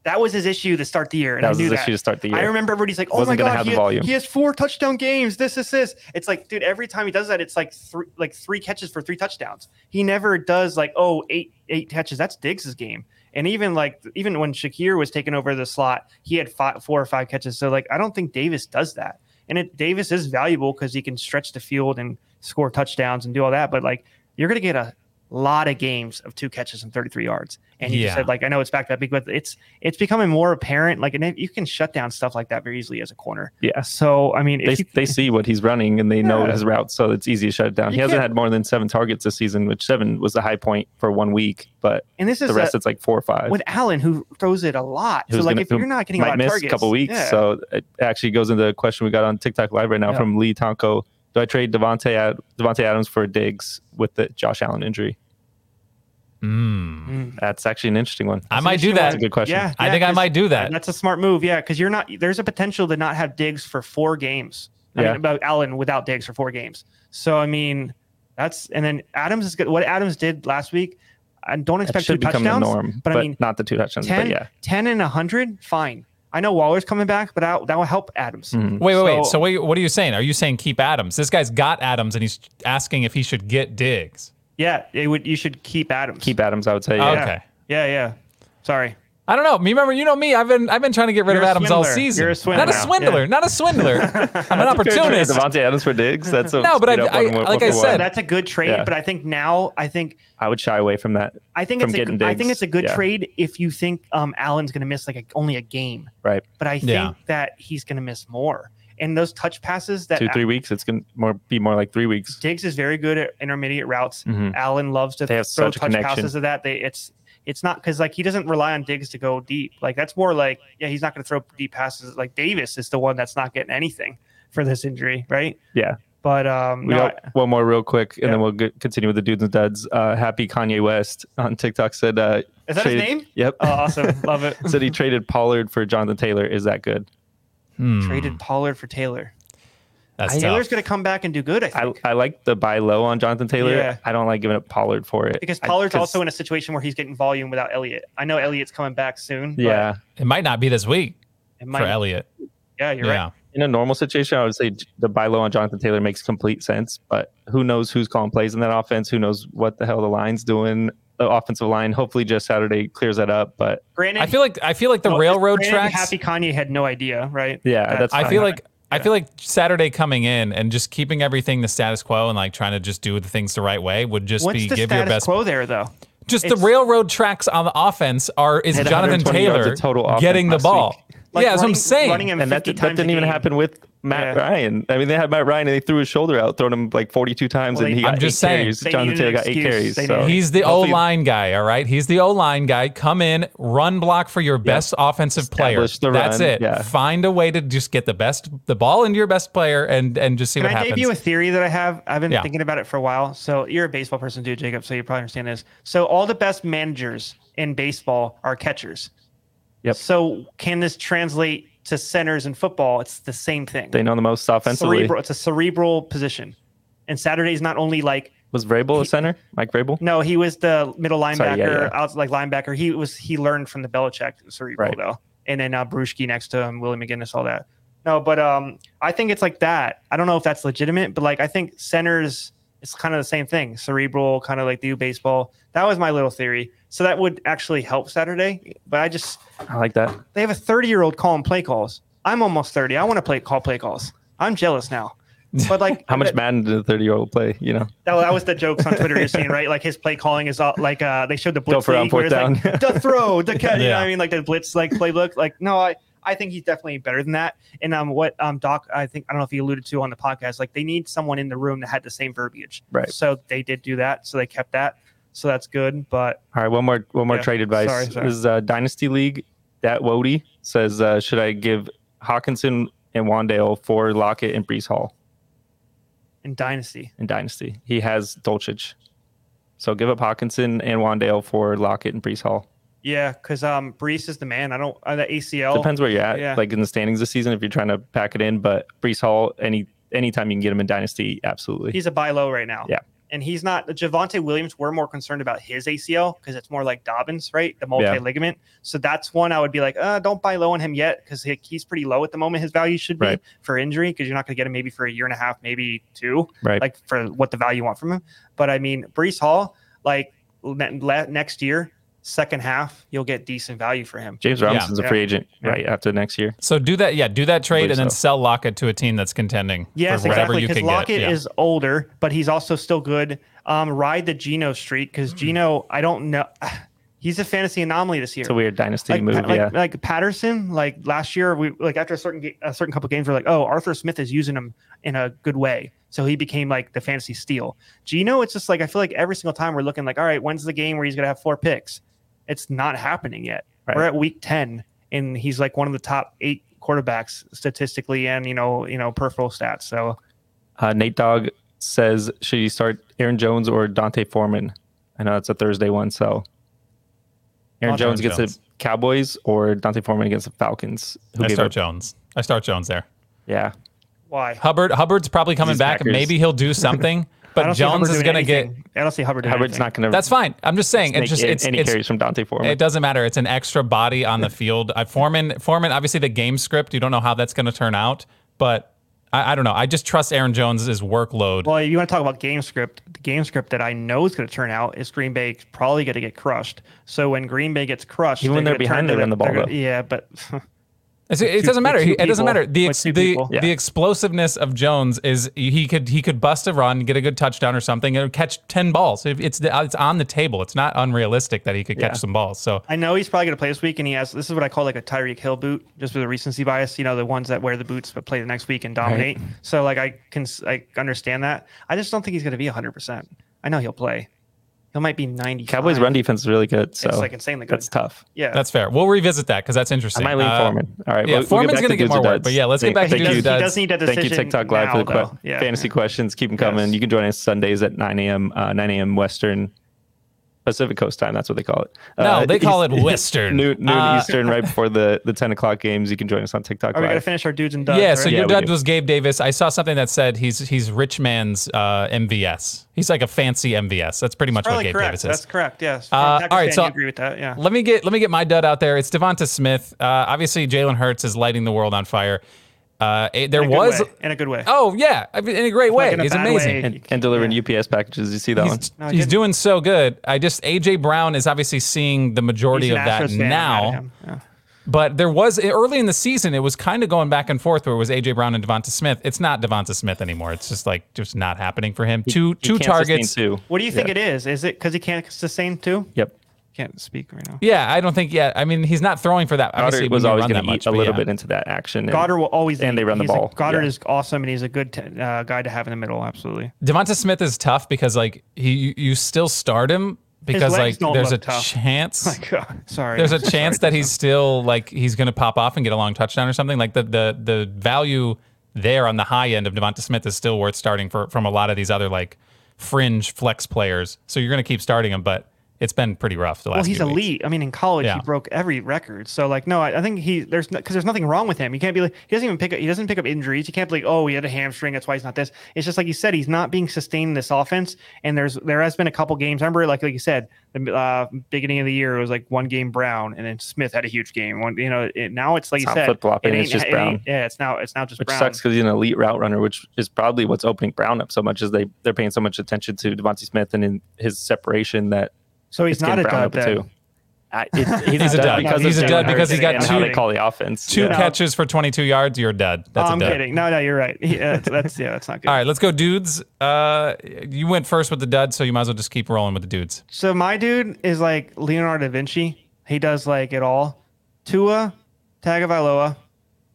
Speaker 1: that was his issue to start the year. And
Speaker 3: That
Speaker 1: I
Speaker 3: was
Speaker 1: knew
Speaker 3: his
Speaker 1: that.
Speaker 3: issue to start the
Speaker 1: I
Speaker 3: year.
Speaker 1: remember everybody's like, "Oh
Speaker 3: Wasn't
Speaker 1: my
Speaker 3: gonna
Speaker 1: god,
Speaker 3: have
Speaker 1: he,
Speaker 3: the volume.
Speaker 1: he has four touchdown games. This is this." It's like, dude, every time he does that, it's like three, like three catches for three touchdowns. He never does like, oh, eight eight catches. That's Diggs' game. And even like even when Shakir was taking over the slot, he had five, four or five catches. So like, I don't think Davis does that. And it Davis is valuable because he can stretch the field and score touchdowns and do all that. But like, you're gonna get a lot of games of two catches and 33 yards. And you
Speaker 2: Yeah.
Speaker 1: just said like, I know it's back to that big, but it's it's becoming more apparent. Like, and it, you can shut down stuff like that very easily as a corner.
Speaker 3: Yeah.
Speaker 1: So, I mean,
Speaker 3: They,
Speaker 1: if you,
Speaker 3: they see what he's running and they know
Speaker 1: Yeah.
Speaker 3: his route, so it's easy to shut it down.
Speaker 1: You
Speaker 3: he hasn't
Speaker 1: can't-
Speaker 3: had more than seven targets this season, which seven was the high point for one week, but
Speaker 1: and this is
Speaker 3: the rest,
Speaker 1: a,
Speaker 3: it's like four or five.
Speaker 1: with Allen who throws it a lot. So,
Speaker 3: Who's
Speaker 1: like,
Speaker 3: gonna-
Speaker 1: if
Speaker 3: who
Speaker 1: you're not getting a lot
Speaker 3: might
Speaker 1: of
Speaker 3: miss a
Speaker 1: targets,
Speaker 3: couple weeks.
Speaker 1: yeah.
Speaker 3: So it actually goes into the question we got on TikTok live right now
Speaker 1: Yeah.
Speaker 3: from Lee Tonko. Do I trade Devonte Ad- Devonte Adams for Diggs with the Josh Allen injury?
Speaker 2: Mm.
Speaker 1: Mm-hmm.
Speaker 3: That's actually an interesting one.
Speaker 2: I might do
Speaker 1: That's
Speaker 2: that.
Speaker 3: a good question.
Speaker 1: Yeah,
Speaker 2: I think I
Speaker 1: 'cause
Speaker 2: might do that.
Speaker 1: That's a smart move. Yeah, because you're not. There's a potential to not have Diggs for four games. I
Speaker 3: Yeah.
Speaker 1: mean, about Allen without Diggs for four games. So I mean, that's and then Adams is good. What Adams did last week, I don't
Speaker 3: That
Speaker 1: expect two
Speaker 3: should become
Speaker 1: touchdowns.
Speaker 3: the norm,
Speaker 1: but
Speaker 3: but,
Speaker 1: I mean,
Speaker 3: not the two touchdowns.
Speaker 1: 10,
Speaker 3: but yeah,
Speaker 1: 10 and 100, fine. I know Waller's coming back, but that, that will help Adams.
Speaker 3: Hmm.
Speaker 2: Wait, wait, wait.
Speaker 1: So-
Speaker 2: So, wait, what are you saying? Are you saying keep Adams? This guy's got Adams, and he's asking if he should get Diggs.
Speaker 1: Yeah, it would. You should keep Adams.
Speaker 3: keep Adams. I would say. Yeah.
Speaker 1: Yeah.
Speaker 2: Okay.
Speaker 1: Yeah, yeah. Sorry.
Speaker 2: I don't know. Me- Remember, you know me. I've been I've been trying to get rid
Speaker 1: You're
Speaker 2: of
Speaker 1: a
Speaker 2: Adams all
Speaker 1: swindler.
Speaker 2: season.
Speaker 1: You're a swindler
Speaker 2: Not a
Speaker 1: now.
Speaker 2: swindler.
Speaker 1: Yeah.
Speaker 2: Not
Speaker 1: [laughs]
Speaker 2: a swindler. I'm an opportunist.
Speaker 3: Devonte Adams for Diggs. That's
Speaker 2: [laughs]
Speaker 3: a
Speaker 2: No, but I-
Speaker 3: straight up
Speaker 2: I-
Speaker 3: one- one-
Speaker 2: like I
Speaker 3: one- one.
Speaker 1: So
Speaker 2: said-
Speaker 1: that's a good trade,
Speaker 3: Yeah.
Speaker 1: but I think now I think
Speaker 3: I would shy away from that.
Speaker 1: I think
Speaker 3: From
Speaker 1: it's a,
Speaker 3: getting
Speaker 1: good- I
Speaker 3: digs,
Speaker 1: think it's a good
Speaker 3: yeah.
Speaker 1: trade if you think um, Allen's going to miss like a, only a game,
Speaker 3: Right,
Speaker 1: but I think
Speaker 2: Yeah.
Speaker 1: that he's going to miss more. And those touch passes that
Speaker 3: two three weeks. It's gonna more be more like three weeks.
Speaker 1: Diggs is very good at intermediate routes.
Speaker 3: Mhm.
Speaker 1: Allen loves to
Speaker 3: They have
Speaker 1: throw
Speaker 3: such a
Speaker 1: touch
Speaker 3: connection.
Speaker 1: passes to that. They it's it's not because like he doesn't rely on Diggs to go deep. Like that's more like yeah, he's not going to throw deep passes. Like Davis is the one that's not getting anything for this injury, right?
Speaker 3: Yeah.
Speaker 1: But um,
Speaker 3: We
Speaker 1: no,
Speaker 3: got one more real quick, and
Speaker 1: Yeah.
Speaker 3: then we'll get, continue with the dudes and duds. Uh, happy Kanye West on TikTok said, uh,
Speaker 1: Is that his
Speaker 3: traded-
Speaker 1: name?
Speaker 3: Yep.
Speaker 1: oh, awesome, love it.
Speaker 3: [laughs] said he traded Pollard for Jonathan Taylor. Is that good?
Speaker 2: Hmm,
Speaker 1: Traded Pollard for Taylor.
Speaker 2: That's
Speaker 1: Taylor's
Speaker 2: tough.
Speaker 1: going to come back and do good. I
Speaker 3: I,
Speaker 1: think.
Speaker 3: I like the buy low on Jonathan Taylor.
Speaker 1: Yeah.
Speaker 3: I don't like giving up Pollard for it
Speaker 1: because
Speaker 3: I-
Speaker 1: Pollard's
Speaker 3: 'cause-
Speaker 1: also in a situation where he's getting volume without Elliott. I know Elliott's coming back soon. but
Speaker 3: yeah.
Speaker 2: It might not be this week
Speaker 1: it
Speaker 2: for
Speaker 1: might,
Speaker 2: Elliot.
Speaker 1: yeah, you're
Speaker 2: yeah.
Speaker 1: right.
Speaker 3: In a normal situation, I would say j- the buy low on Jonathan Taylor makes complete sense. But who knows who's calling plays in that offense? Who knows what the hell the line's doing? The offensive line. Hopefully, just Saturday clears that up. But
Speaker 1: Granted,
Speaker 2: I feel like I feel like the
Speaker 1: no,
Speaker 2: railroad
Speaker 1: granted,
Speaker 2: tracks.
Speaker 1: Happy Kanye had no idea, right?
Speaker 3: yeah, that's.
Speaker 2: I
Speaker 3: fine.
Speaker 2: feel like I feel like Saturday coming in and just keeping everything the status quo and like trying to just do the things the right way would just
Speaker 1: What's
Speaker 2: be
Speaker 1: the
Speaker 2: give your
Speaker 1: status
Speaker 2: best.
Speaker 1: quo there though?
Speaker 2: Just the
Speaker 1: It's-
Speaker 2: railroad tracks on the offense are is
Speaker 3: Had
Speaker 2: Jonathan
Speaker 3: 120 yards
Speaker 2: Taylor
Speaker 3: of total offense
Speaker 2: getting the
Speaker 3: last week.
Speaker 2: ball?
Speaker 1: Like
Speaker 2: yeah, that's what I'm
Speaker 1: running-
Speaker 2: saying.
Speaker 1: Running him
Speaker 3: And that,
Speaker 1: 50
Speaker 3: that
Speaker 1: times
Speaker 3: didn't
Speaker 1: a
Speaker 3: even
Speaker 1: game.
Speaker 3: happen with Matt
Speaker 1: Yeah.
Speaker 3: Ryan. I mean, they had Matt Ryan and they threw his shoulder out, thrown him like 42 times,
Speaker 1: Well,
Speaker 3: and
Speaker 1: they-
Speaker 3: he got
Speaker 2: I'm just
Speaker 3: eight
Speaker 2: saying.
Speaker 3: carries.
Speaker 1: They
Speaker 3: Jonathan
Speaker 1: needed
Speaker 3: Taylor
Speaker 1: an
Speaker 3: got eight
Speaker 1: excuse.
Speaker 3: carries.
Speaker 1: They
Speaker 3: So
Speaker 1: needed-
Speaker 2: He's the O
Speaker 3: Hopefully-
Speaker 2: line guy, all right. He's the O line guy. Come in, run block for your best offensive player.
Speaker 3: Establish the
Speaker 2: That's
Speaker 3: run,
Speaker 2: it.
Speaker 3: yeah.
Speaker 2: Find a way to just get the best, the ball into your best player, and and just see
Speaker 1: Can
Speaker 2: what
Speaker 1: I
Speaker 2: happens.
Speaker 1: debut a theory that I have? I've been
Speaker 2: Yeah.
Speaker 1: thinking about it for a while. So you're a baseball person too, Jacob. So you probably understand this. So all the best managers in baseball are catchers.
Speaker 3: Yep.
Speaker 1: So can this translate to centers in football? It's the same thing.
Speaker 3: they know the most offensively.
Speaker 1: Cerebral, it's a cerebral position. And Saturday's not only like
Speaker 3: Was Vrabel a center? Mike Vrabel?
Speaker 1: no, he was the middle linebacker,
Speaker 3: Sorry, yeah, yeah.
Speaker 1: out like linebacker. He was he learned from the Belichick cerebral
Speaker 3: Right.
Speaker 1: though, and then uh, Brewski next to him, Willie McGinnis, all that. No, but um, I think it's like that. I don't know if that's legitimate, but like I think centers, it's kind of the same thing, cerebral, kind of like the baseball. That was my little theory. So that would actually help Saturday. But I just
Speaker 3: I like that.
Speaker 1: they have a thirty year old calling play calls. I'm almost thirty. I want to play call play calls. I'm jealous now. But like
Speaker 3: [laughs] How much Madden did a 30 year old play? You know,
Speaker 1: that, that was the jokes on Twitter you're seeing, right? Like his play calling is all like uh they showed the blitz
Speaker 3: for it on
Speaker 1: league where
Speaker 3: fourth
Speaker 1: it's like the throw, the catch. You know
Speaker 2: Yeah.
Speaker 1: what I mean? Like the blitz like playbook. Like no, I I think he's definitely better than that. And um, what um Doc, I think I don't know if he alluded to on the podcast. Like they need someone in the room that had the same verbiage.
Speaker 3: Right.
Speaker 1: So they did do that. So they kept that. So that's good. But
Speaker 3: All right, one more one more
Speaker 1: Yeah,
Speaker 3: trade advice.
Speaker 1: sorry, sorry.
Speaker 3: This is uh, Dynasty League. That Wody says, uh, should I give Hawkinson and Wandale for Lockett and Brees Hall
Speaker 1: in Dynasty,
Speaker 3: in Dynasty? He has Dolchich. So give up Hawkinson and Wandale for Lockett and Brees Hall.
Speaker 1: yeah, because um Brees is the man. I don't uh, the ACL.
Speaker 3: Depends where you're at,
Speaker 1: yeah.
Speaker 3: like in the standings this season, if you're trying to pack it in. But Brees Hall, any anytime you can get him in Dynasty, absolutely.
Speaker 1: He's a buy low right now.
Speaker 3: Yeah.
Speaker 1: And he's not Javante Williams. We're more concerned about his ACL because it's more like Dobbins, right? The multi ligament. So that's one I would be like, uh, don't buy low on him yet because he, he's pretty low at the moment. His value should be
Speaker 3: Right.
Speaker 1: for injury because you're not going to get him maybe for a year and a half, maybe two,
Speaker 3: right.
Speaker 1: like for what the value you want from him. But I mean, Brees Hall, like ne- le- next year, second half, you'll get decent value for him.
Speaker 3: James Robinson's
Speaker 1: Yeah.
Speaker 3: a free agent
Speaker 1: Yeah.
Speaker 3: right after next year.
Speaker 2: So do that, yeah, do that trade,
Speaker 3: believe
Speaker 2: and then
Speaker 3: so.
Speaker 2: sell Lockett to a team that's contending.
Speaker 1: Yes,
Speaker 2: for whatever
Speaker 1: exactly.
Speaker 2: You
Speaker 1: Because
Speaker 2: can
Speaker 1: Lockett
Speaker 2: get. Yeah.
Speaker 1: is older, but he's also still good. Um, ride the Geno streak because Geno, I don't know, [sighs] he's a fantasy anomaly this year.
Speaker 3: It's a weird Dynasty
Speaker 1: like,
Speaker 3: move.
Speaker 1: Pa- like,
Speaker 3: yeah.
Speaker 1: like Patterson, like last year, we like after a certain ga- a certain couple games, we're like, oh, Arthur Smith is using him in a good way, so he became like the fantasy steal. Geno, it's just like I feel like every single time we're looking like, all right, when's the game where he's gonna have four picks? It's not happening yet.
Speaker 3: Right.
Speaker 1: We're at week ten, and he's like one of the top eight quarterbacks statistically, and you know, you know, peripheral stats. So
Speaker 3: Uh, Nate Dog says, should you start Aaron Jones or Dante Foreman? I know it's a Thursday one, so Aaron
Speaker 1: Dante
Speaker 3: Jones against
Speaker 2: Jones.
Speaker 3: the Cowboys or Dante Foreman against the Falcons. Who
Speaker 2: I
Speaker 3: gave
Speaker 2: start
Speaker 3: up?
Speaker 2: Jones. I start Jones
Speaker 3: [laughs]
Speaker 2: there.
Speaker 3: Yeah,
Speaker 1: why?
Speaker 2: Hubbard Hubbard's probably coming
Speaker 3: These
Speaker 2: back.
Speaker 3: Packers.
Speaker 2: Maybe he'll do something,
Speaker 1: [laughs] I
Speaker 2: but
Speaker 1: don't see Hubbard
Speaker 2: Jones is
Speaker 1: doing
Speaker 2: going to get.
Speaker 1: anything. I don't see Hubbard. Doing
Speaker 3: Hubbard's
Speaker 1: anything.
Speaker 3: not going to.
Speaker 2: That's fine. I'm just saying. It's just it's,
Speaker 3: any
Speaker 2: it's
Speaker 3: carries from Dante Foreman.
Speaker 2: It doesn't matter. It's an extra body on
Speaker 3: [laughs]
Speaker 2: the field. I, Foreman, Foreman, obviously the game script. You don't know how that's going to turn out, but I, I don't know. I just trust Aaron Jones's workload.
Speaker 1: Well, you want to talk about game script? The game script that I know is going to turn out is Green Bay probably going to get crushed. So when Green Bay gets crushed,
Speaker 3: Even when they're
Speaker 1: gonna turn
Speaker 3: behind, they
Speaker 1: to
Speaker 3: run the ball,
Speaker 1: they're
Speaker 3: though.
Speaker 1: Gonna, yeah, but [laughs]
Speaker 2: It's- it
Speaker 1: two-
Speaker 2: doesn't matter.
Speaker 1: with
Speaker 2: He-
Speaker 1: two
Speaker 2: It doesn't
Speaker 1: people-
Speaker 2: matter. The
Speaker 1: with
Speaker 2: ex,
Speaker 1: two
Speaker 2: the,
Speaker 1: people.
Speaker 3: Yeah.
Speaker 2: the explosiveness of Jones is he could he could bust a run, get a good touchdown or something, and catch ten balls. It- It's it's on the table. It's not unrealistic that he could catch
Speaker 3: Yeah.
Speaker 2: some balls. So
Speaker 1: I know he's probably going to play this week, and he has this is what I call like a Tyreek Hill boot, just with a recency bias. You know, the ones that wear the boots but play the next week and dominate. So like I can s- I understand that. I just don't think he's going to be hundred percent. I know he'll play. He might be ninety.
Speaker 3: Cowboys run defense is really good, so
Speaker 1: like insanely good.
Speaker 3: That's tough.
Speaker 1: Yeah,
Speaker 2: that's fair. We'll revisit that because that's
Speaker 3: I
Speaker 2: interesting.
Speaker 3: might lean
Speaker 2: Uh,
Speaker 3: Foreman. All right,
Speaker 2: yeah, Foreman's
Speaker 3: back
Speaker 2: gonna get
Speaker 3: Dudes
Speaker 2: more
Speaker 3: and
Speaker 2: work,
Speaker 3: Dudes.
Speaker 2: but yeah, let's get
Speaker 3: Thank-
Speaker 2: back to
Speaker 3: thank
Speaker 1: he
Speaker 2: Dudes
Speaker 3: you,
Speaker 2: and Dudes.
Speaker 1: does need that decision.
Speaker 3: Thank you, TikTok Live,
Speaker 1: now,
Speaker 3: for the
Speaker 1: though.
Speaker 3: que-
Speaker 1: Yeah.
Speaker 3: fantasy questions. Keep them coming.
Speaker 1: Yes.
Speaker 3: You can join us Sundays at 9 a.m., uh, 9 a.m. Western Pacific Coast time. That's what they call it.
Speaker 2: No,
Speaker 3: Uh,
Speaker 2: they call
Speaker 3: East-
Speaker 2: it Western.
Speaker 3: noon, noon
Speaker 2: Uh,
Speaker 3: Eastern, right
Speaker 2: [laughs]
Speaker 3: before the, the 10 o'clock games. You can join us on TikTok
Speaker 1: Are we going to
Speaker 3: Live.
Speaker 1: finish our dudes and duds?
Speaker 2: yeah,
Speaker 1: right?
Speaker 2: so
Speaker 3: Yeah,
Speaker 2: your
Speaker 3: we
Speaker 2: dad
Speaker 3: do.
Speaker 2: was Gabe Davis. I saw something that said he's he's rich man's uh, MVS. He's like a fancy MVS. That's pretty much what
Speaker 1: Probably
Speaker 2: Gabe
Speaker 1: correct.
Speaker 2: Davis is.
Speaker 1: That's correct. Yes.
Speaker 2: Uh, all right,
Speaker 1: Pakistan,
Speaker 2: so-
Speaker 1: you agree with that. Yeah.
Speaker 2: Let me get let me get my dud out there. It's Devonta Smith. Uh, obviously, Jalen Hurts is lighting the world on fire. Uh, it- there
Speaker 1: In a good
Speaker 2: was
Speaker 1: way. in a good way.
Speaker 2: oh yeah, I mean, in a great way.
Speaker 1: in a
Speaker 2: He's
Speaker 1: bad
Speaker 2: amazing.
Speaker 1: way.
Speaker 3: and, and delivering UPS packages. You see that one?
Speaker 2: He's,
Speaker 1: No, I
Speaker 2: he's
Speaker 1: didn't.
Speaker 2: doing so good. I just AJ Brown is obviously seeing the majority
Speaker 1: He's
Speaker 2: of
Speaker 1: an
Speaker 2: that
Speaker 1: Astros fan, I'm mad at
Speaker 2: now.
Speaker 1: him. Yeah.
Speaker 2: But there was early in the season, it was kind of going back and forth where it was AJ Brown and Devonta Smith. It's not Devonta Smith anymore. It's just like just not happening for him. two two
Speaker 3: He can't sustain
Speaker 2: targets.
Speaker 3: Two.
Speaker 1: What do you think
Speaker 3: Yeah.
Speaker 1: it is? Is it because he can't sustain two?
Speaker 3: Yep.
Speaker 1: Can't speak right now.
Speaker 2: Yeah, I don't think yet. I mean, he's not throwing for that. obviously,
Speaker 3: Goddard was
Speaker 2: we
Speaker 3: always
Speaker 2: run
Speaker 3: going
Speaker 2: that
Speaker 3: to eat
Speaker 2: much,
Speaker 3: a
Speaker 2: but
Speaker 3: little
Speaker 2: yeah.
Speaker 3: bit into that action. and-
Speaker 1: Goddard will always
Speaker 3: and they run the
Speaker 1: he's a-
Speaker 3: ball.
Speaker 1: Goddard
Speaker 3: Yeah.
Speaker 1: is awesome, and he's a good t- uh, guy to have in the middle. Absolutely.
Speaker 2: Devonta Smith is tough because like he you, you still start him because
Speaker 1: legs
Speaker 2: like
Speaker 1: don't
Speaker 2: there's a
Speaker 1: look tough. [laughs]
Speaker 2: chance
Speaker 1: God, [laughs] sorry.
Speaker 2: there's a chance that he's still like he's going to pop off and get a long touchdown or something. Like the the the value there on the high end of Devonta Smith is still worth starting for from a lot of these other like fringe flex players. So you're going to keep starting him, but it's been pretty rough the last.
Speaker 1: well, he's
Speaker 2: few weeks.
Speaker 1: elite. I mean, in college,
Speaker 2: Yeah.
Speaker 1: he broke every record. So, like, no, I, I think he there's because there's nothing wrong with him. You can't be like he doesn't even pick up he doesn't pick up injuries. You can't be like, oh, he had a hamstring. That's why he's not this. It's just like you said, he's not being sustained in this offense. And there's there has been a couple games. I remember, like like you said, the uh, beginning of the year it was like one game Brown, and then Smith had a huge game. One, you know, it, now it's like
Speaker 3: It's
Speaker 1: you
Speaker 3: not
Speaker 1: said,
Speaker 3: flip-flopping, it's
Speaker 1: ain't-
Speaker 3: just
Speaker 1: it
Speaker 3: Brown.
Speaker 1: ain't- Yeah, it's now it's now just
Speaker 3: which
Speaker 1: Brown.
Speaker 3: sucks because he's an elite route runner, which is probably what's opening Brown up so much is they they're paying so much attention to Devontae Smith and in his separation that
Speaker 1: So he's
Speaker 3: it's
Speaker 1: not
Speaker 3: getting
Speaker 1: a
Speaker 3: Brown
Speaker 1: dud
Speaker 3: up
Speaker 1: then.
Speaker 3: too. I, it's, [laughs] he's,
Speaker 2: He's a dud.
Speaker 3: because
Speaker 2: He's
Speaker 3: of
Speaker 2: a
Speaker 3: Jalen
Speaker 2: dud because he's
Speaker 3: Hurts
Speaker 2: got
Speaker 3: and how
Speaker 2: two-
Speaker 3: they call the offense.
Speaker 2: Two
Speaker 3: Yeah.
Speaker 2: catches for 22 yards. You're a dud.
Speaker 1: Oh,
Speaker 2: That's
Speaker 1: I'm
Speaker 2: a dud.
Speaker 1: kidding. No, no, you're right. Yeah, that's- that's yeah, that's not good.
Speaker 2: All right, let's go, dudes. Uh, you went first with the dud, so you might as well just keep rolling with the dudes.
Speaker 1: So my dude is like Leonardo da Vinci. He does like it all. Tua Tagovailoa,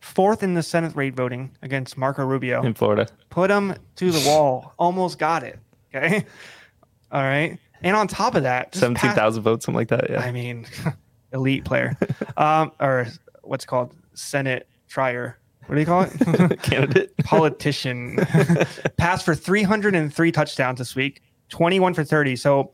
Speaker 1: fourth in the Senate rate voting against Marco Rubio.
Speaker 3: in Florida.
Speaker 1: Put him to the wall. Almost got it. Okay. [laughs] All right. And on top of that, this
Speaker 3: Seventeen
Speaker 1: past-
Speaker 3: thousand votes, something like that. Yeah.
Speaker 1: I mean, [laughs] elite player, um, or what's it called Senate trier. What do you call it?
Speaker 3: [laughs] Candidate.
Speaker 1: [laughs] politician. [laughs] Passed for 303 touchdowns this week, 21 for 30. So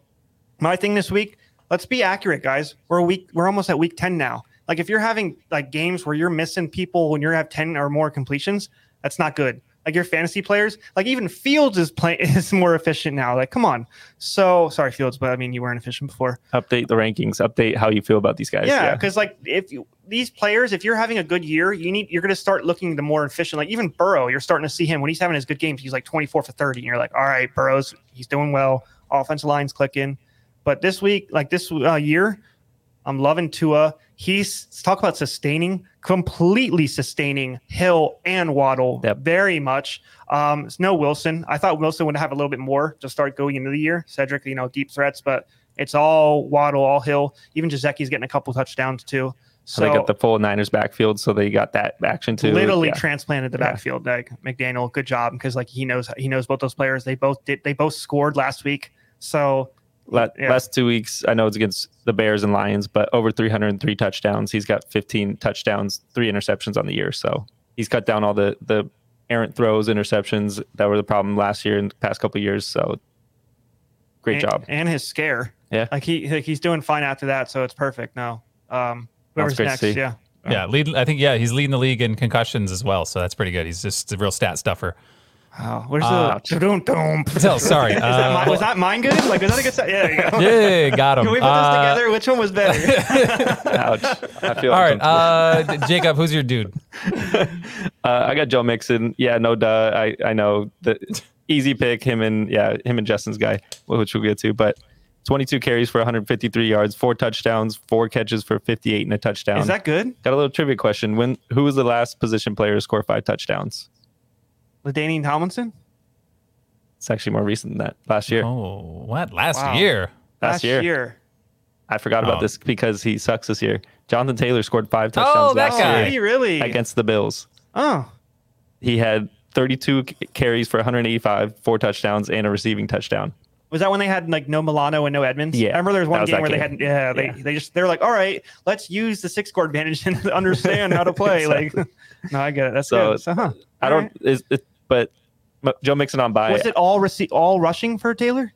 Speaker 1: my thing this week, let's be accurate, guys. We're a week we're almost at week 10 now. Like if you're having like games where you're missing people when you have 10 or more completions, that's not good. Like your fantasy players, like even Fields is play [laughs] is more efficient now. Like, come on. So sorry, Fields, but I mean you weren't efficient before.
Speaker 3: Update the rankings. Update how you feel about these guys.
Speaker 1: Yeah, because like if you these players, if you're having a good year, you need you're going to start looking the more efficient. Like even Burrow, you're starting to see him when he's having his good games. He's like 24 for 30, and you're like, all right, Burrow's he's doing well. Offensive line's clicking, but this week, like this uh, year, I'm loving Tua. He's talk about sustaining, completely sustaining Hill and Waddle
Speaker 3: Yep.
Speaker 1: very much. Um, it's no Wilson. I thought Wilson would have a little bit more to start going into the year. Cedric, you know, deep threats, but it's all Waddle, all Hill. Even Jazeki's getting a couple touchdowns too.
Speaker 3: So they
Speaker 1: So
Speaker 3: got the full Niners backfield, so they got that action too.
Speaker 1: literally
Speaker 3: Yeah.
Speaker 1: transplanted the
Speaker 3: Yeah.
Speaker 1: backfield. Like McDaniel, good job because like he knows he knows both those players. They both did. They both scored last week. So
Speaker 3: La-
Speaker 1: yeah.
Speaker 3: Last two weeks, I know it's against the Bears and Lions, but over 303 touchdowns. He's got 15 touchdowns, three interceptions on the year. So he's cut down all the the errant throws, interceptions that were the problem last year and the past couple years. So
Speaker 1: and,
Speaker 3: great job.
Speaker 1: And his scare.
Speaker 3: Yeah.
Speaker 1: Like he like he's doing fine after that. So it's perfect. No. Um.
Speaker 3: That's
Speaker 1: Whoever's
Speaker 3: great to
Speaker 1: next.
Speaker 3: see.
Speaker 1: Yeah.
Speaker 2: Yeah, lead. I think yeah, he's leading the league in concussions as well, so that's pretty good. He's just a real stat stuffer.
Speaker 1: Oh, where's
Speaker 2: Uh,
Speaker 1: the dum dum?
Speaker 2: Patel,
Speaker 1: [laughs]
Speaker 2: sorry.
Speaker 1: Is that
Speaker 2: Uh,
Speaker 1: mine, was that mine good? Like, was that a good set? Yeah, there you go.
Speaker 2: yeah, got him.
Speaker 1: [laughs] Can
Speaker 3: Um,
Speaker 1: we put
Speaker 2: Uh,
Speaker 1: this together? Which one was better?
Speaker 3: [laughs] Ouch. I feel
Speaker 2: All right,
Speaker 3: uncomfortable.
Speaker 2: uh, d- Jacob, who's your
Speaker 3: [laughs]
Speaker 2: dude?
Speaker 3: Uh, I got Joe Mixon. Yeah, no duh. I, I know the easy pick. Him and yeah, him and Justin's guy, which we'll get to. But 22 carries for 153 yards, four touchdowns, four catches for 58 and a touchdown.
Speaker 1: Is that good?
Speaker 3: Got a little trivia question. When who was the last position player to score five touchdowns?
Speaker 1: Ladainian Tomlinson?
Speaker 3: It's actually more recent than that. Last year.
Speaker 2: Oh, what? Last
Speaker 1: Wow.
Speaker 2: year?
Speaker 3: Last year. I forgot about
Speaker 2: Oh.
Speaker 3: this because he sucks this year. Jonathan Taylor scored five touchdowns
Speaker 2: Oh, that
Speaker 3: last
Speaker 2: guy.
Speaker 3: year
Speaker 1: Really, Oh, really?
Speaker 3: against the Bills.
Speaker 1: Oh,
Speaker 3: He had 32 c- carries for 185, four touchdowns, and a receiving touchdown.
Speaker 1: was that when they had like no Milano and no Edmonds?
Speaker 3: Yeah,
Speaker 1: I remember there was
Speaker 3: that
Speaker 1: one
Speaker 3: was
Speaker 1: game
Speaker 3: that
Speaker 1: where they had
Speaker 3: game.
Speaker 1: yeah they,
Speaker 3: Yeah.
Speaker 1: they just they were like all right let's use the six score advantage and [laughs] understand how to
Speaker 3: [laughs]
Speaker 1: play like [laughs] no I get it that's
Speaker 3: So,
Speaker 1: good so huh
Speaker 3: I
Speaker 1: All
Speaker 3: don't.
Speaker 1: right.
Speaker 3: Is it, but M- Joe Mixon on by
Speaker 1: was it all rece- all rushing for Taylor?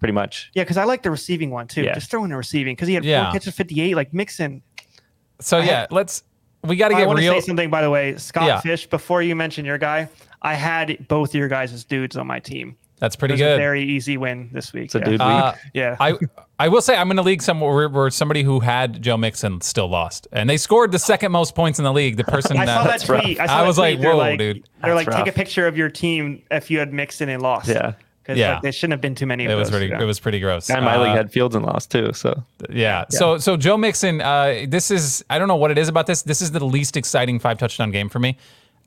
Speaker 3: pretty much.
Speaker 1: Yeah, because I like the receiving one too.
Speaker 3: Yeah.
Speaker 1: Just throwing the receiving because he had
Speaker 2: Yeah.
Speaker 1: four catches, fifty eight. Like Mixon,
Speaker 2: So yeah, let's. We got to
Speaker 1: I
Speaker 2: get
Speaker 1: want to say
Speaker 2: real.
Speaker 1: something, by the way, Scott
Speaker 2: Yeah.
Speaker 1: Fish. Before you mention your guy, I had both your guys as dudes on my team.
Speaker 2: That's
Speaker 1: It
Speaker 2: pretty
Speaker 1: was a
Speaker 2: good.
Speaker 1: very easy win this week.
Speaker 3: It's a
Speaker 1: yeah.
Speaker 3: dude
Speaker 2: Uh,
Speaker 3: league.
Speaker 1: Yeah.
Speaker 2: [laughs] I I will say I'm in a league somewhere where, where somebody who had Joe Mixon still lost, and they scored the second most points in the league. The
Speaker 1: [laughs]
Speaker 2: person
Speaker 1: I
Speaker 2: uh,
Speaker 1: saw that tweet. I, saw
Speaker 2: [laughs] I
Speaker 1: that
Speaker 2: was
Speaker 1: tweet.
Speaker 2: like,
Speaker 1: They're
Speaker 2: "Whoa,
Speaker 1: like,
Speaker 2: dude."
Speaker 1: They're
Speaker 3: That's
Speaker 1: like, take a
Speaker 3: rough.
Speaker 1: picture of your team if you had Mixon and lost.
Speaker 3: Yeah.
Speaker 1: because
Speaker 2: Yeah.
Speaker 1: like, there shouldn't have been too many. Of
Speaker 2: It was
Speaker 1: those,
Speaker 2: pretty.
Speaker 1: yeah.
Speaker 2: It was pretty gross.
Speaker 3: And my
Speaker 2: Uh,
Speaker 3: league had Fields and lost too. So
Speaker 2: Yeah. So so Joe Mixon, uh, this is I don't know what it is about this. This is the least exciting five touchdown game for me.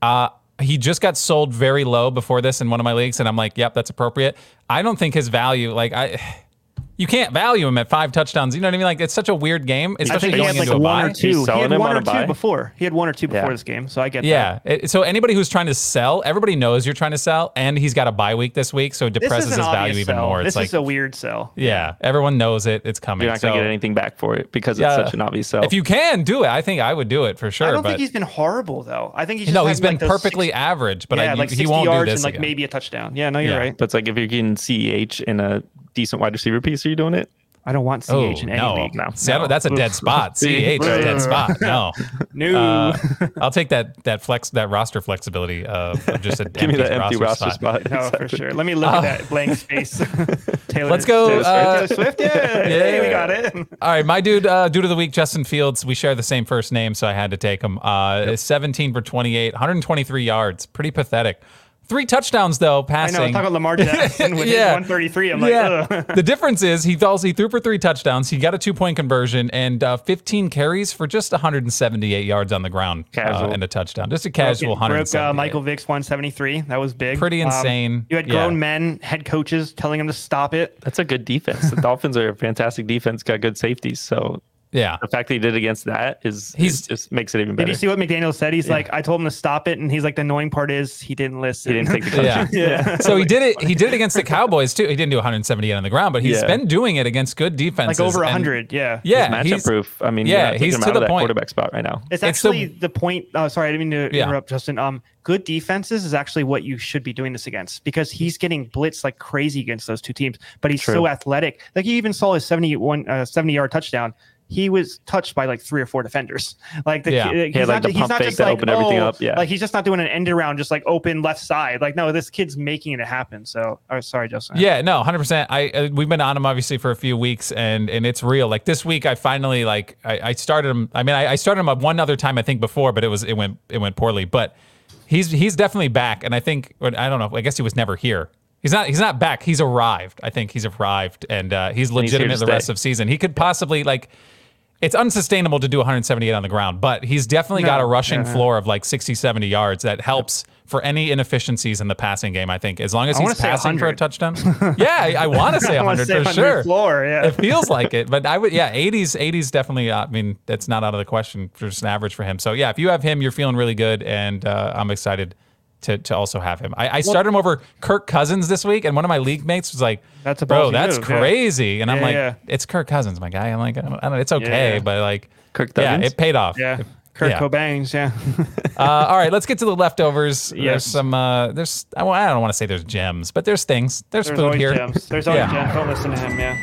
Speaker 2: Uh, he just got sold very low before this in one of my leagues, and I'm like, yep, that's appropriate. I don't think his value, like I, you can't value him at five touchdhdowns. You know what I mean? Like it's such a weird game,
Speaker 1: I
Speaker 2: especially
Speaker 1: think he
Speaker 2: going
Speaker 1: had like
Speaker 2: into a
Speaker 1: one
Speaker 2: bye.
Speaker 1: or two. He
Speaker 3: selling
Speaker 1: had
Speaker 3: him
Speaker 1: one
Speaker 3: on
Speaker 1: or
Speaker 3: a buy?
Speaker 1: two before. He had one or two before
Speaker 3: Yeah.
Speaker 1: this game, so I get that.
Speaker 2: Yeah. It- so anybody who's trying to sell, everybody knows you're trying to sell, and he's got a bye week this week, so it
Speaker 1: This
Speaker 2: depresses
Speaker 1: is
Speaker 2: his
Speaker 1: an
Speaker 2: value
Speaker 1: obvious
Speaker 2: even
Speaker 1: sell.
Speaker 2: more.
Speaker 1: This
Speaker 2: It's like,
Speaker 1: is a weird sell.
Speaker 2: yeah, everyone knows it. It's coming.
Speaker 3: you're not going
Speaker 2: So
Speaker 3: to get anything back for it because
Speaker 2: Yeah.
Speaker 3: it's such an obvious sell.
Speaker 2: If you can do it, I think I would do it for sure.
Speaker 1: I don't
Speaker 2: but
Speaker 1: think he's been horrible though. I think he's just
Speaker 2: no,
Speaker 1: had,
Speaker 2: he's been
Speaker 1: like, those
Speaker 2: perfectly
Speaker 1: six-
Speaker 2: average, but
Speaker 1: yeah,
Speaker 2: I,
Speaker 1: like
Speaker 2: he
Speaker 1: sixty
Speaker 2: won't do
Speaker 1: yards
Speaker 2: this
Speaker 1: and like
Speaker 2: again.
Speaker 1: maybe a touchdown. Yeah, no, you're
Speaker 2: Yeah.
Speaker 1: right.
Speaker 3: but it's like if you're getting CEH in a decent wide receiver piece, are you doing it?
Speaker 1: I don't want CH
Speaker 2: Oh,
Speaker 1: in any
Speaker 2: no.
Speaker 1: league now.
Speaker 2: See, I don't- that's a
Speaker 1: [laughs]
Speaker 2: dead spot. CH is a dead spot. No,
Speaker 1: No, [laughs]
Speaker 2: Uh, I'll take that that flex that roster flexibility of,
Speaker 1: [laughs]
Speaker 2: of just a
Speaker 3: Give me that empty roster,
Speaker 2: [laughs]
Speaker 3: spot. [laughs]
Speaker 1: no, for
Speaker 3: Exactly.
Speaker 1: sure. Let me look at that blank space. Taylor,
Speaker 2: Uh, Let's go, [laughs]
Speaker 1: Taylor Swift. Taylor
Speaker 2: uh,
Speaker 1: Swift. Yeah, hey, we got it.
Speaker 2: All right, my dude, uh, dude of the week, Justin Fields. We share the same first name, so I had to take him. Uh, 17 for 28, 123 yards. Pretty pathetic. Three touchdowns though,
Speaker 1: I
Speaker 2: passing.
Speaker 1: know. Talk about Lamar Jackson
Speaker 2: [laughs]
Speaker 1: with
Speaker 2: Yeah.
Speaker 1: yeah. 133. I'm like, ugh.
Speaker 2: [laughs] the difference is he falls. He threw for three touchdowns. He got a two point conversion and uh, 15 carries for just 178 yards on the ground uh,
Speaker 3: Casual.
Speaker 2: and a touchdown. Just a
Speaker 1: [laughs]
Speaker 2: casual
Speaker 1: broke
Speaker 2: 178.
Speaker 1: uh, Michael Vick's 173. That was big.
Speaker 2: Pretty
Speaker 1: Um,
Speaker 2: insane.
Speaker 1: you had
Speaker 2: Yeah.
Speaker 1: grown men, head coaches telling him to stop it.
Speaker 3: That's a good defense. The Dolphins are a fantastic defense, got good safeties. So
Speaker 2: Yeah.
Speaker 3: the fact that he did against that is
Speaker 2: He's-
Speaker 3: he's just makes it even
Speaker 1: Did
Speaker 3: better.
Speaker 1: you see what McDaniel said? He's like, I told him to stop it, and he's like, the annoying part is he didn't listen.
Speaker 3: he didn't
Speaker 1: [laughs]
Speaker 3: take the coaching.
Speaker 2: Yeah.
Speaker 1: yeah.
Speaker 2: So he did it. He did it against the Cowboys too. He didn't do 178 on the ground, but he's
Speaker 3: Yeah.
Speaker 2: been doing it against good defenses.
Speaker 1: like over
Speaker 2: and-
Speaker 1: 100. Yeah.
Speaker 2: Yeah,
Speaker 3: matchup
Speaker 2: he's-
Speaker 3: proof. I mean,
Speaker 2: yeah,
Speaker 3: yeah,
Speaker 2: he's
Speaker 3: he's him
Speaker 2: to
Speaker 3: out
Speaker 2: the
Speaker 3: of that
Speaker 2: point.
Speaker 3: quarterback spot right now.
Speaker 1: It's
Speaker 2: It's the-
Speaker 1: actually the, point. Oh, sorry, I didn't mean to
Speaker 2: Yeah.
Speaker 1: interrupt, Justin. Um, good defenses is actually what you should be doing this against because he's getting blitzed like crazy against those two teams. But he's so
Speaker 3: True.
Speaker 1: athletic. Like you even saw his 71, uh, 70 yard touchdown. He was touched by like three or four defenders. [laughs] Like the,
Speaker 2: Yeah.
Speaker 1: yeah. he's
Speaker 3: Yeah, like
Speaker 1: not,
Speaker 3: the
Speaker 1: he's
Speaker 3: pump
Speaker 1: not
Speaker 3: fake
Speaker 1: just
Speaker 3: that
Speaker 1: like
Speaker 3: opened everything
Speaker 1: oh,
Speaker 3: up, yeah.
Speaker 1: like he's just not doing an end around, just like open left side. Like no, this kid's making it happen. So, oh, sorry, Justin.
Speaker 2: Yeah, no, hundred percent. I uh, we've been on him obviously for a few weeks, and and it's real. Like this week, I finally like I, I started him. I mean, I, I started him up one other time I think before, but it was it went it went poorly. But he's he's definitely back, and I think or I don't know. I guess he was never here. He's not. He's not back. He's arrived. I think he's arrived, and uh, he's
Speaker 3: he's here to
Speaker 2: legitimate the rest
Speaker 3: stay.
Speaker 2: of season. He could possibly like. It's unsustainable to do 178 on the ground, but he's definitely got a
Speaker 1: No,
Speaker 2: rushing
Speaker 1: yeah.
Speaker 2: floor of like 60, 70 yards that helps for any inefficiencies in the passing game. I think as long as
Speaker 1: I wanna
Speaker 2: he's
Speaker 1: say
Speaker 2: passing for a
Speaker 1: 100.
Speaker 2: touchdown. yeah, I, I want to
Speaker 1: [laughs]
Speaker 2: say
Speaker 1: [laughs] I wanna
Speaker 2: 100
Speaker 1: say
Speaker 2: for
Speaker 1: on the
Speaker 2: sure.
Speaker 1: Floor, yeah.
Speaker 2: It feels like it, but I would yeah, 80s 80s definitely. Uh, I mean, that's not out of the question. for Just an average for him. So yeah, if you have him, you're feeling really good, and uh, I'm excited to to also have him. I, I started him over Kirk Cousins this week, and one of my league mates was like,
Speaker 1: That's a
Speaker 2: bro,
Speaker 1: ballsy
Speaker 2: that's
Speaker 1: move, yeah."
Speaker 2: crazy," and I'm
Speaker 1: Yeah,
Speaker 2: like,
Speaker 1: yeah.
Speaker 2: "It's Kirk Cousins, my guy." I'm like, "I don't, I don't it's okay,"
Speaker 1: yeah.
Speaker 2: but like,
Speaker 3: Kirk
Speaker 2: yeah,
Speaker 3: Cousins?
Speaker 2: it paid off.
Speaker 1: yeah. Kurt
Speaker 2: yeah.
Speaker 1: Cobain's, yeah. [laughs]
Speaker 2: Uh, all right, let's get to the leftovers. There's
Speaker 1: Yes.
Speaker 2: some. Uh, there's. I, well, I don't want to say there's gems, but there's things. There's,
Speaker 1: There's
Speaker 2: food
Speaker 1: always
Speaker 2: here.
Speaker 1: gems. There's always
Speaker 2: Yeah.
Speaker 1: gems. Don't listen to him, yeah.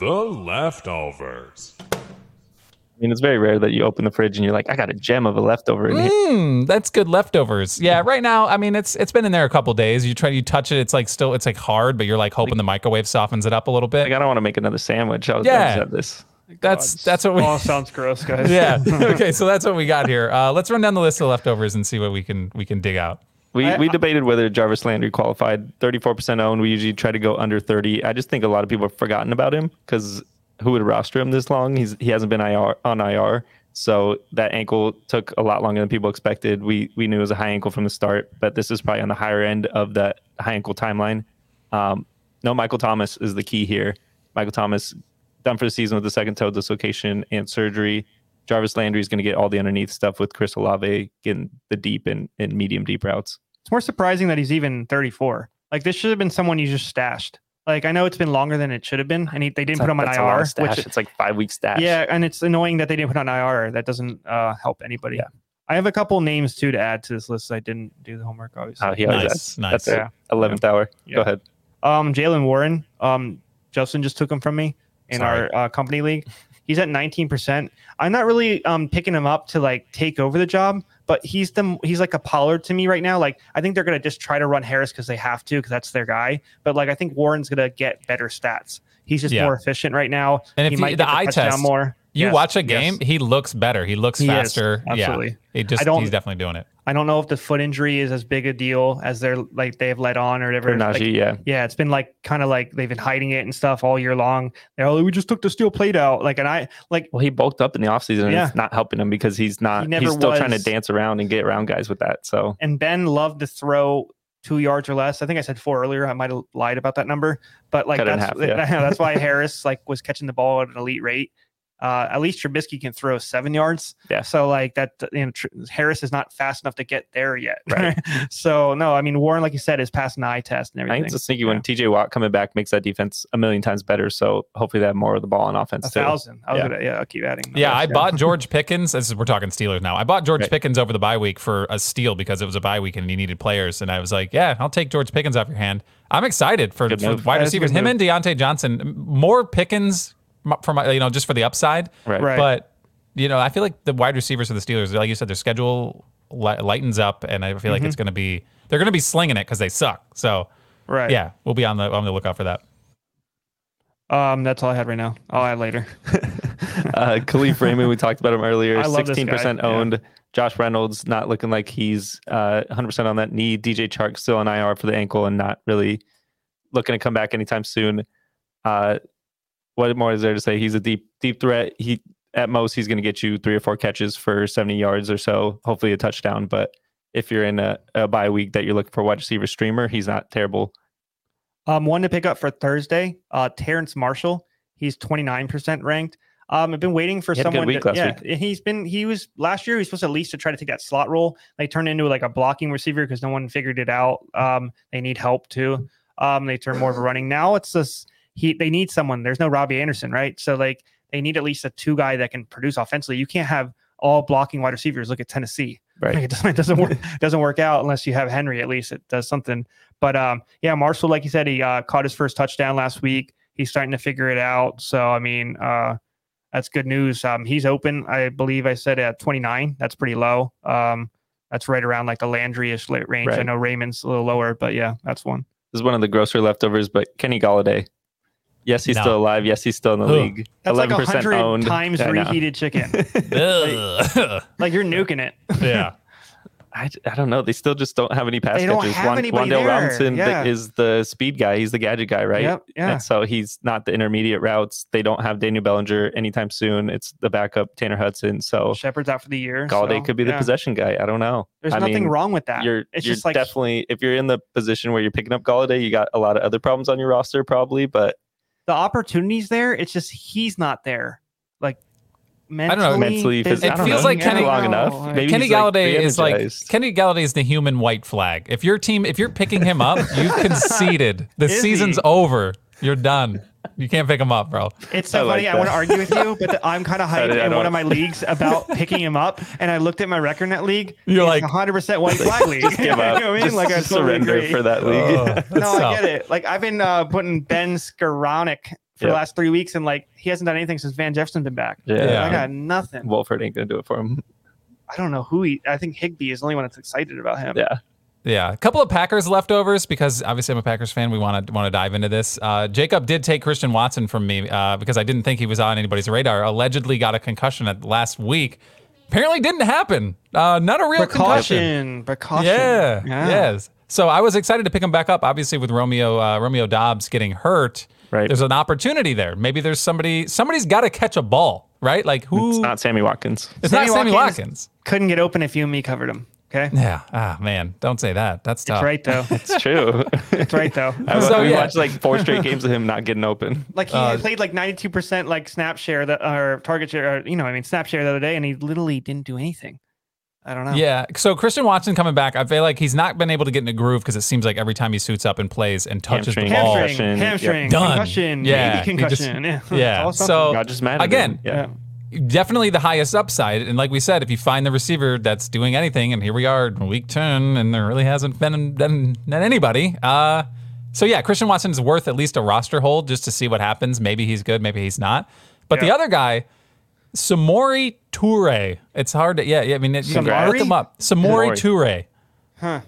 Speaker 4: The leftovers.
Speaker 3: I mean, it's very rare that you open the fridge and you're like, I got a gem of a leftover in here.
Speaker 2: Mm, that's good leftovers. Yeah, right now, I mean, it's it's been in there a couple days. You try, you touch it, it's like still, it's like hard, but you're like hoping the microwave softens it up a little
Speaker 3: Like,
Speaker 2: bit.
Speaker 3: I don't want to make another sandwich. I was
Speaker 2: Yeah.
Speaker 3: yeah. upset this.
Speaker 2: That's that's what we.
Speaker 1: All Oh,
Speaker 2: [laughs]
Speaker 1: sounds gross, guys.
Speaker 2: Yeah.
Speaker 1: [laughs]
Speaker 2: okay, so that's what we got here. Uh, let's run down the list of leftovers and see what we can we can dig out.
Speaker 3: We,
Speaker 1: I-
Speaker 3: we debated whether Jarvis Landry qualified 34% owned. We usually try to go under 30. I just think a lot of people have forgotten about him because who would roster him this long? He's he hasn't been IR on IR. So that ankle took a lot longer than people expected. We we knew it was a high ankle from the start, but this is probably on the higher end of that high ankle timeline. Um, no Michael Thomas is the key here. Michael Thomas done for the season with the second toe dislocation and surgery. Jarvis Landry is going to get all the underneath stuff with Chris Olave getting the deep and, and medium deep routes.
Speaker 1: It's more surprising that he's even 34. Like this should have been someone you just stashed. Like I know it's been longer than it should have been, and he, they didn't put him on
Speaker 3: That's a long
Speaker 1: IR.
Speaker 3: stash.
Speaker 1: Which,
Speaker 3: it's like five weeks stash.
Speaker 1: yeah, and it's annoying that they didn't put on IR. That doesn't uh, help anybody.
Speaker 3: Yeah.
Speaker 1: I have a couple names too to add to this list. I didn't do the homework, obviously.
Speaker 3: Oh, he always
Speaker 2: Nice,
Speaker 3: has.
Speaker 2: nice.
Speaker 3: That's it.
Speaker 1: Yeah.
Speaker 3: Eleventh hour.
Speaker 1: Yeah.
Speaker 3: Go ahead.
Speaker 1: Um, Jalen Warren. Um, Justin just took him from me in
Speaker 2: Sorry.
Speaker 1: our uh, company league. He's at 19%. I'm not really um picking him up to like take over the job, but he's the he's like a Pollard to me right now. Like I think they're gonna just try to run Harris because they have to because that's their guy. But like I think Warren's gonna get better stats. He's just
Speaker 2: Yeah.
Speaker 1: more efficient right now.
Speaker 2: And if you- the
Speaker 1: get
Speaker 2: eye
Speaker 1: touchdown
Speaker 2: test-
Speaker 1: more.
Speaker 2: You
Speaker 1: Yes,
Speaker 2: watch a
Speaker 1: yes.
Speaker 2: game, he looks better. He looks
Speaker 1: He is,
Speaker 2: faster. Yeah.
Speaker 1: absolutely.
Speaker 2: He just
Speaker 1: I don't-
Speaker 2: he's definitely doing it.
Speaker 1: I don't know if the foot injury is as big a deal as they're like they've let on or whatever.
Speaker 3: For
Speaker 1: Like,
Speaker 3: Najee, yeah.
Speaker 1: yeah, it's been like kind of like they've been hiding it and stuff all year long. They're oh, we just took the steel plate out. Like, and I like
Speaker 3: Well, he bulked up in the offseason and
Speaker 1: Yeah.
Speaker 3: it's not helping him because he's not,
Speaker 1: never
Speaker 3: he's still trying to
Speaker 1: was.
Speaker 3: dance around and get around guys with that. So
Speaker 1: and Ben loved to throw two yards or less. I think I said four earlier. I might have lied about that number, but like
Speaker 3: Cut it in
Speaker 1: that's
Speaker 3: half,
Speaker 1: [laughs] that's
Speaker 3: [laughs]
Speaker 1: why Harris like was catching the ball at an elite rate. Uh, at least Trubisky can throw seven yards.
Speaker 3: Yeah.
Speaker 1: So like that, you know, Tr- Harris is not fast enough to get there yet.
Speaker 3: Right.
Speaker 1: [laughs] so no, I mean Warren, like you said, is passing the eye test and
Speaker 3: I
Speaker 1: everything.
Speaker 3: think it's a sneaky one. TJ Watt coming back makes that defense a million times better. So hopefully they have more of the ball on offense
Speaker 1: A
Speaker 3: too.
Speaker 1: thousand. I was
Speaker 3: Yeah.
Speaker 1: gonna, yeah, I'll keep adding.
Speaker 2: Yeah, I
Speaker 1: numbers,
Speaker 2: bought George Pickens. This is we're talking Steelers now. I bought George
Speaker 3: Right.
Speaker 2: Pickens over the bye week for a steal because it was a bye week and he needed players. And I was like, yeah, I'll take George Pickens off your hand. I'm excited for,
Speaker 3: Good
Speaker 2: for
Speaker 3: move.
Speaker 2: wide
Speaker 1: That's a good
Speaker 2: receivers. Him
Speaker 1: move.
Speaker 2: and Deontay Johnson. More Pickens m- for my, you know, just for the upside.
Speaker 3: Right.
Speaker 1: Right.
Speaker 2: But you know, I feel like the wide receivers for the Steelers, like you said, their schedule li- lightens up, and I feel like
Speaker 3: Mm-hmm.
Speaker 2: it's going to be they're going to be slinging it because they suck. So
Speaker 1: Right.
Speaker 2: yeah, we'll be on the on the lookout for that.
Speaker 1: Um, that's all I had right now. I'll add later.
Speaker 3: [laughs] uh, Khalif Raymond, we talked about him
Speaker 1: [laughs]
Speaker 3: earlier.
Speaker 1: I love this guy.
Speaker 3: Sixteen percent
Speaker 1: Yeah.
Speaker 3: owned. Josh Reynolds not looking like he's uh, 100% on that knee. DJ Chark still on IR for the ankle and not really looking to come back anytime soon. Uh, what more is there to say? He's a deep deep threat. He at most he's going to get you three or four catches for 70 yards or so, hopefully a touchdown. But if you're in a, a bye week that you're looking for a wide receiver streamer, he's not terrible.
Speaker 1: Um, one to pick up for Thursday, uh, Terrence Marshall. He's 29% ranked. Um, I've been waiting for
Speaker 3: He had a good
Speaker 1: someone.
Speaker 3: week
Speaker 1: to,
Speaker 3: last
Speaker 1: yeah, he's been. He was last year. He was supposed to at least to try to take that slot role. They turned into like a blocking receiver because no one figured it out. Um, they need help too. Um, they turn more of a running. Now it's just he. They need someone. There's no Robbie Anderson, right? So like they need at least a two guy that can produce offensively. You can't have all blocking wide receivers. Look at Tennessee. Like, it doesn't, it doesn't
Speaker 3: [laughs]
Speaker 1: work doesn't work out unless you have Henry at least it does something but um yeah Marshall like you said he uh, caught his first touchdown last week he's starting to figure it out so I mean uh that's good news um he's open I believe I said at 29 that's pretty low um that's right around like the Landry-ish la- range I
Speaker 3: Right.
Speaker 1: know Raymond's a little lower but yeah that's one
Speaker 3: This is one of the grosser leftovers, but Kenny Galladay. Yes, he's
Speaker 2: No.
Speaker 3: still alive. Yes, he's still in the
Speaker 2: Ugh.
Speaker 3: league.
Speaker 1: that's like
Speaker 3: Eleven
Speaker 1: a
Speaker 3: percent
Speaker 1: hundred
Speaker 3: owned.
Speaker 1: times
Speaker 3: I know.
Speaker 1: reheated chicken
Speaker 2: [laughs]
Speaker 3: [laughs]
Speaker 2: Ugh. [laughs]
Speaker 1: like you're nuking it
Speaker 2: yeah.
Speaker 3: I, I don't know. They still just don't have any pass
Speaker 1: They don't
Speaker 3: catches.
Speaker 1: have anybody
Speaker 3: Wandale
Speaker 1: there.
Speaker 3: Robinson th-
Speaker 1: Yeah.
Speaker 3: is the speed guy. He's the gadget guy, right?
Speaker 1: yep yeah
Speaker 3: And so he's not the intermediate routes. They don't have Daniel Bellinger anytime soon. It's the backup Tanner Hudson. So
Speaker 1: Shepard's out for the year
Speaker 3: Galladay
Speaker 1: so,
Speaker 3: could be the
Speaker 1: yeah.
Speaker 3: possession guy. I don't know.
Speaker 1: there's
Speaker 3: I
Speaker 1: nothing
Speaker 3: mean,
Speaker 1: wrong with that
Speaker 3: You're,
Speaker 1: it's
Speaker 3: you're
Speaker 1: just like
Speaker 3: definitely if you're in the position where you're picking up Galladay, you got a lot of other problems on your roster
Speaker 1: [laughs]
Speaker 3: probably. But
Speaker 1: the opportunities there. It's just he's not there. Like
Speaker 2: don't
Speaker 1: mentally,
Speaker 2: know.
Speaker 3: mentally, phys-
Speaker 1: physically,
Speaker 3: I don't
Speaker 2: It feels
Speaker 3: know.
Speaker 2: like
Speaker 3: He's been
Speaker 2: Kenny-
Speaker 3: long
Speaker 1: No,
Speaker 3: enough.
Speaker 1: like-
Speaker 3: Maybe
Speaker 2: Kenny
Speaker 3: he's, like,
Speaker 2: Galladay is like
Speaker 3: re-energized.
Speaker 2: Kenny Galladay is the human white flag. If your team, if you're picking him up,
Speaker 1: [laughs]
Speaker 2: you've conceded. The
Speaker 1: Is he?
Speaker 2: season's over. You're done. You can't pick him
Speaker 1: [laughs]
Speaker 2: up, bro.
Speaker 1: It's so
Speaker 3: I like
Speaker 1: funny. I want to
Speaker 3: that.
Speaker 1: argue with you, but the, I'm
Speaker 3: [laughs]
Speaker 1: kind of
Speaker 3: I
Speaker 1: hyped in
Speaker 3: don't-
Speaker 1: one of my leagues about picking him up. And I looked at my record in that
Speaker 3: [laughs]
Speaker 1: league.
Speaker 2: You're
Speaker 1: it's
Speaker 2: like,
Speaker 1: 100% white flag league.
Speaker 3: Just
Speaker 1: [laughs]
Speaker 3: give
Speaker 1: You know
Speaker 3: up.
Speaker 1: what I mean?
Speaker 3: Just-
Speaker 1: like, I
Speaker 3: just
Speaker 1: totally
Speaker 3: surrender
Speaker 1: agree.
Speaker 3: for that league.
Speaker 2: Ugh,
Speaker 3: [laughs]
Speaker 1: [laughs]
Speaker 2: that's
Speaker 1: No, I
Speaker 2: tough.
Speaker 1: get it. Like, I've been uh, putting Ben Skoranek for
Speaker 3: Yep.
Speaker 1: the last three weeks, and like, he hasn't done anything since Van Jefferson's been back.
Speaker 2: Yeah.
Speaker 1: I got nothing.
Speaker 3: Wolford ain't gonna do it for him.
Speaker 1: I don't know who he. I think Higby is the only one that's excited about him.
Speaker 3: Yeah.
Speaker 2: Yeah, a couple of Packers leftovers because obviously I'm a Packers fan. We want to want to dive into this. Uh, Jacob did take Christian Watson from me uh, because I didn't think he was on anybody's radar. Allegedly got a concussion at last week. Apparently didn't happen. Uh, not a real
Speaker 1: Precaution,
Speaker 2: concussion.
Speaker 1: precaution.
Speaker 2: Yeah, Yes. So I was excited to pick him back up. Obviously, with Romeo uh, Romeo Dobbs getting hurt,
Speaker 3: Right.
Speaker 2: There's an opportunity there. Maybe there's somebody. Somebody's got to catch a ball, right? Like who?
Speaker 3: It's not Sammy Watkins.
Speaker 2: it's not
Speaker 1: Sammy
Speaker 2: Sammy Watkins.
Speaker 1: Watkins. couldn't get open if you and me covered him. Okay,
Speaker 2: Yeah. Ah, man. Don't say that. That's tough.
Speaker 1: it's right though. [laughs]
Speaker 3: It's true.
Speaker 1: It's right
Speaker 2: [laughs]
Speaker 1: though.
Speaker 3: I,
Speaker 2: So,
Speaker 3: we
Speaker 2: yeah.
Speaker 3: watched like four
Speaker 2: [laughs]
Speaker 3: straight games of him not getting open.
Speaker 1: [laughs] Like he
Speaker 2: uh,
Speaker 1: played like ninety two percent like snap share that or target share, or, you know, I mean snap share the other day, and he literally didn't do anything. I don't know.
Speaker 2: Yeah. So Christian Watson coming back, I feel like he's not been able to get in a groove because it seems like every time he suits up and plays and touches the
Speaker 3: Hamstring.
Speaker 2: ball.
Speaker 1: hamstring,
Speaker 3: Concussion,
Speaker 1: hamstring,
Speaker 2: yep. Done.
Speaker 1: concussion,
Speaker 2: Yeah,
Speaker 1: maybe
Speaker 2: he just-
Speaker 1: concussion. yeah, It's
Speaker 2: [laughs] Yeah.
Speaker 1: all something.
Speaker 2: So
Speaker 3: God just mad at him.
Speaker 2: again,
Speaker 3: Yeah.
Speaker 2: definitely the highest upside. And like we said, if you find the receiver that's doing anything, and here we are in week 10, and there really hasn't been, been, been anybody. Uh, so yeah, Christian Watson's worth at least a roster hold just to see what happens. Maybe he's good, maybe he's not. But the
Speaker 1: Yeah.
Speaker 2: other guy, Samori Toure. It's hard to, yeah, yeah I mean, it, you can
Speaker 1: Samori?
Speaker 2: look him up. Samori
Speaker 3: Samori.
Speaker 2: Toure.
Speaker 1: Huh.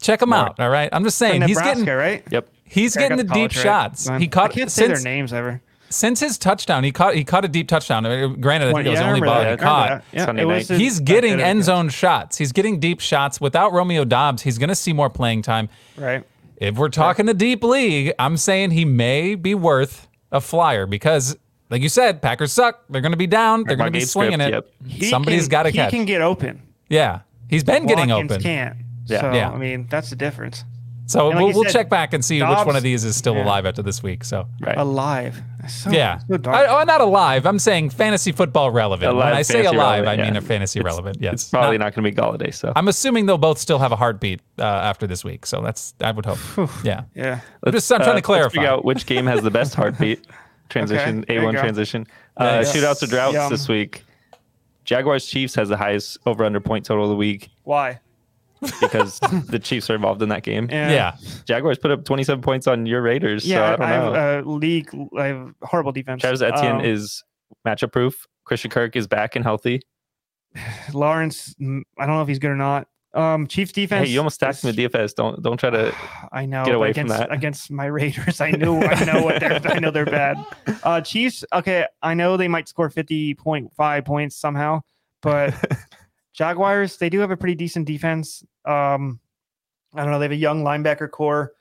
Speaker 2: Check him out. All right. I'm just saying, he's
Speaker 1: Nebraska,
Speaker 2: getting
Speaker 1: right?
Speaker 3: Yep.
Speaker 2: He's
Speaker 1: I got
Speaker 2: getting the deep
Speaker 1: college right.
Speaker 2: shots.
Speaker 1: Man,
Speaker 2: He caught
Speaker 1: I can't say
Speaker 2: since
Speaker 1: their names ever.
Speaker 2: since his touchdown, he caught he caught a deep touchdown. I mean, Granted, I think it was
Speaker 1: yeah, I
Speaker 2: the only
Speaker 1: remember
Speaker 2: ball
Speaker 1: that. I remember
Speaker 2: he caught.
Speaker 1: that. Yeah,
Speaker 3: Sunday
Speaker 1: it
Speaker 3: night.
Speaker 1: was his-
Speaker 2: He's getting
Speaker 1: Yeah.
Speaker 2: end zone shots. He's getting deep shots. Without Romeo Dobbs, he's going to see more playing time.
Speaker 1: Right.
Speaker 2: If we're talking the deep league, I'm saying he may be worth a flyer because, like you said, Packers suck. They're going to be down. They're
Speaker 3: my
Speaker 2: going to be
Speaker 3: game
Speaker 2: swinging
Speaker 3: script,
Speaker 2: it.
Speaker 1: He
Speaker 2: Somebody's
Speaker 1: can-
Speaker 2: got to catch.
Speaker 1: He can get open.
Speaker 2: yeah, he's been getting
Speaker 1: Watkins
Speaker 2: open.
Speaker 1: can't.
Speaker 3: Yeah.
Speaker 1: So,
Speaker 2: Yeah.
Speaker 1: I mean, that's the difference.
Speaker 2: So
Speaker 1: And like
Speaker 2: we'll,
Speaker 1: you
Speaker 2: we'll
Speaker 1: said,
Speaker 2: check back and see which
Speaker 1: Dobbs-
Speaker 2: one of these is still
Speaker 1: yeah.
Speaker 2: alive after this week. So
Speaker 3: Right.
Speaker 1: Alive. That's So,
Speaker 2: yeah,
Speaker 1: So dark.
Speaker 2: I, oh, not alive. I'm saying fantasy football relevant. when
Speaker 3: Alive,
Speaker 2: I say
Speaker 3: fantasy
Speaker 2: alive, I
Speaker 3: relevant,
Speaker 2: mean
Speaker 3: yeah.
Speaker 2: a fantasy relevant. Yes,
Speaker 3: It's probably not, going to be Galladay. So
Speaker 2: I'm assuming they'll both still have a heartbeat uh, after this week. So that's I would hope. yeah.
Speaker 1: yeah.
Speaker 2: I'm just I'm trying to
Speaker 3: Let's
Speaker 2: clarify.
Speaker 3: figure out which game has
Speaker 2: [laughs]
Speaker 3: the best heartbeat. Transition
Speaker 1: Okay, there you
Speaker 3: A1
Speaker 1: go.
Speaker 3: transition. Uh,
Speaker 2: Yeah, yeah.
Speaker 3: Shootouts or droughts
Speaker 1: Yum.
Speaker 3: this week. Jaguars Chiefs has the highest over under point total of the week
Speaker 1: Why?
Speaker 2: [laughs]
Speaker 3: because the Chiefs are involved in that game.
Speaker 2: yeah.
Speaker 3: Jaguars put up 27 points on your Raiders.
Speaker 1: Yeah,
Speaker 3: so
Speaker 1: I,
Speaker 3: I don't know.
Speaker 1: have uh, league. I have horrible defense.
Speaker 3: Travis Etienne
Speaker 1: Um,
Speaker 3: is matchup proof. Christian Kirk is back and healthy.
Speaker 1: Lawrence. mm, I don't know if he's good or not. Um, Chiefs defense.
Speaker 3: Hey, you almost stacked him
Speaker 1: is-
Speaker 3: with DFS. Don't don't try to.
Speaker 1: I know.
Speaker 3: Get
Speaker 1: but
Speaker 3: away from
Speaker 1: against,
Speaker 3: that.
Speaker 1: Against my Raiders, I knew. I know what they're. I know they're
Speaker 3: [laughs]
Speaker 1: bad. Uh, Chiefs. Okay, I know they might score fifty point five points somehow,
Speaker 3: [laughs]
Speaker 1: but Jaguars. They do have a pretty decent defense. Um, I don't know. They have a young linebacker core.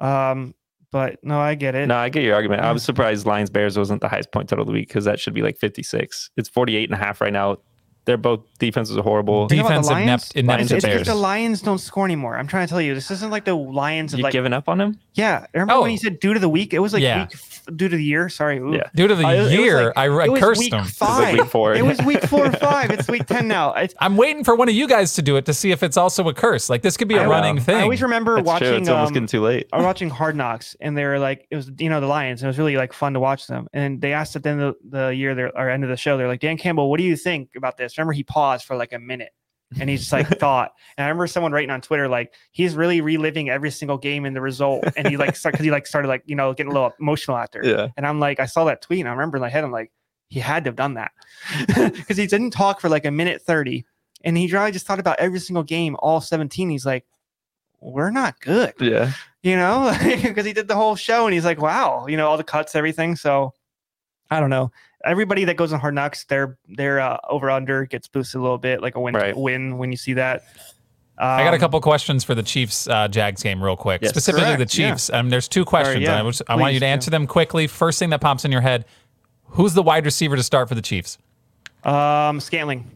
Speaker 1: Um, but no, I get it.
Speaker 3: [laughs] No, I get your argument. I was surprised Lions Bears wasn't the highest point total of the week because that should be like 56. It's 48 and a half right now. They're both defenses are horrible.
Speaker 1: Think about the
Speaker 2: Defense of
Speaker 1: Lions.
Speaker 2: inept, inept
Speaker 3: Lions
Speaker 1: It's,
Speaker 3: and
Speaker 2: Bears.
Speaker 1: it's because the Lions don't score anymore. I'm trying to tell you, this isn't like the Lions of
Speaker 3: You
Speaker 1: like
Speaker 3: giving up on him?
Speaker 1: Yeah, remember
Speaker 2: Oh.
Speaker 1: when you said due to the week? It was like
Speaker 2: Yeah.
Speaker 1: week f- due to the year. Sorry, ooh.
Speaker 3: Yeah.
Speaker 2: Due to the
Speaker 1: Uh, it was
Speaker 2: year,
Speaker 1: like-
Speaker 2: I, I
Speaker 1: it was
Speaker 2: cursed
Speaker 1: week
Speaker 2: him.
Speaker 1: Five.
Speaker 3: It was like week four.
Speaker 1: It was week four
Speaker 3: [laughs]
Speaker 1: or five. It's week ten now. It's,
Speaker 2: I'm waiting for one of you guys to do it to see if it's also a curse. Like this could be a
Speaker 3: I know.
Speaker 2: running thing.
Speaker 1: I always remember
Speaker 3: That's true.
Speaker 1: watching.
Speaker 3: It's almost
Speaker 1: um,
Speaker 3: getting too late.
Speaker 1: [laughs] I was watching Hard Knocks, and they were like, it was you know the Lions, and it was really like fun to watch them. And they asked at the end of the year, they're- or end of the show, they're like, Dan Campbell, what do you think about this? Remember, he paused for like a minute, and he
Speaker 3: [laughs]
Speaker 1: just like thought. And I remember someone writing on Twitter like, he's really reliving every single game and the result, and he like because he like started like you know getting a little emotional after.
Speaker 3: Yeah.
Speaker 1: And I'm like, I saw that tweet, and I remember in my head, I'm like, he had to have done that [laughs] because he didn't talk for like a minute thirty, and he probably just thought about every single game, all 17. He's like, we're not good
Speaker 3: Yeah.
Speaker 1: you know, [laughs] because he did the whole show and he's like, wow, you know, all the cuts, everything. So I don't know. Everybody that goes on Hard Knocks, their their uh, over under gets boosted a little bit, like a win
Speaker 3: Right.
Speaker 1: win when you see that. Um,
Speaker 2: I got a couple questions for the Chiefs uh, Jags game real quick.
Speaker 3: Yes.
Speaker 2: Specifically the
Speaker 1: Correct, yeah.
Speaker 2: Chiefs. Um, there's two questions.
Speaker 1: yeah.
Speaker 2: I, was- I want
Speaker 1: Please,
Speaker 2: you to
Speaker 1: yeah.
Speaker 2: answer them quickly. First thing that pops in your head, who's the wide receiver to start for the Chiefs?
Speaker 1: Um, Scantling,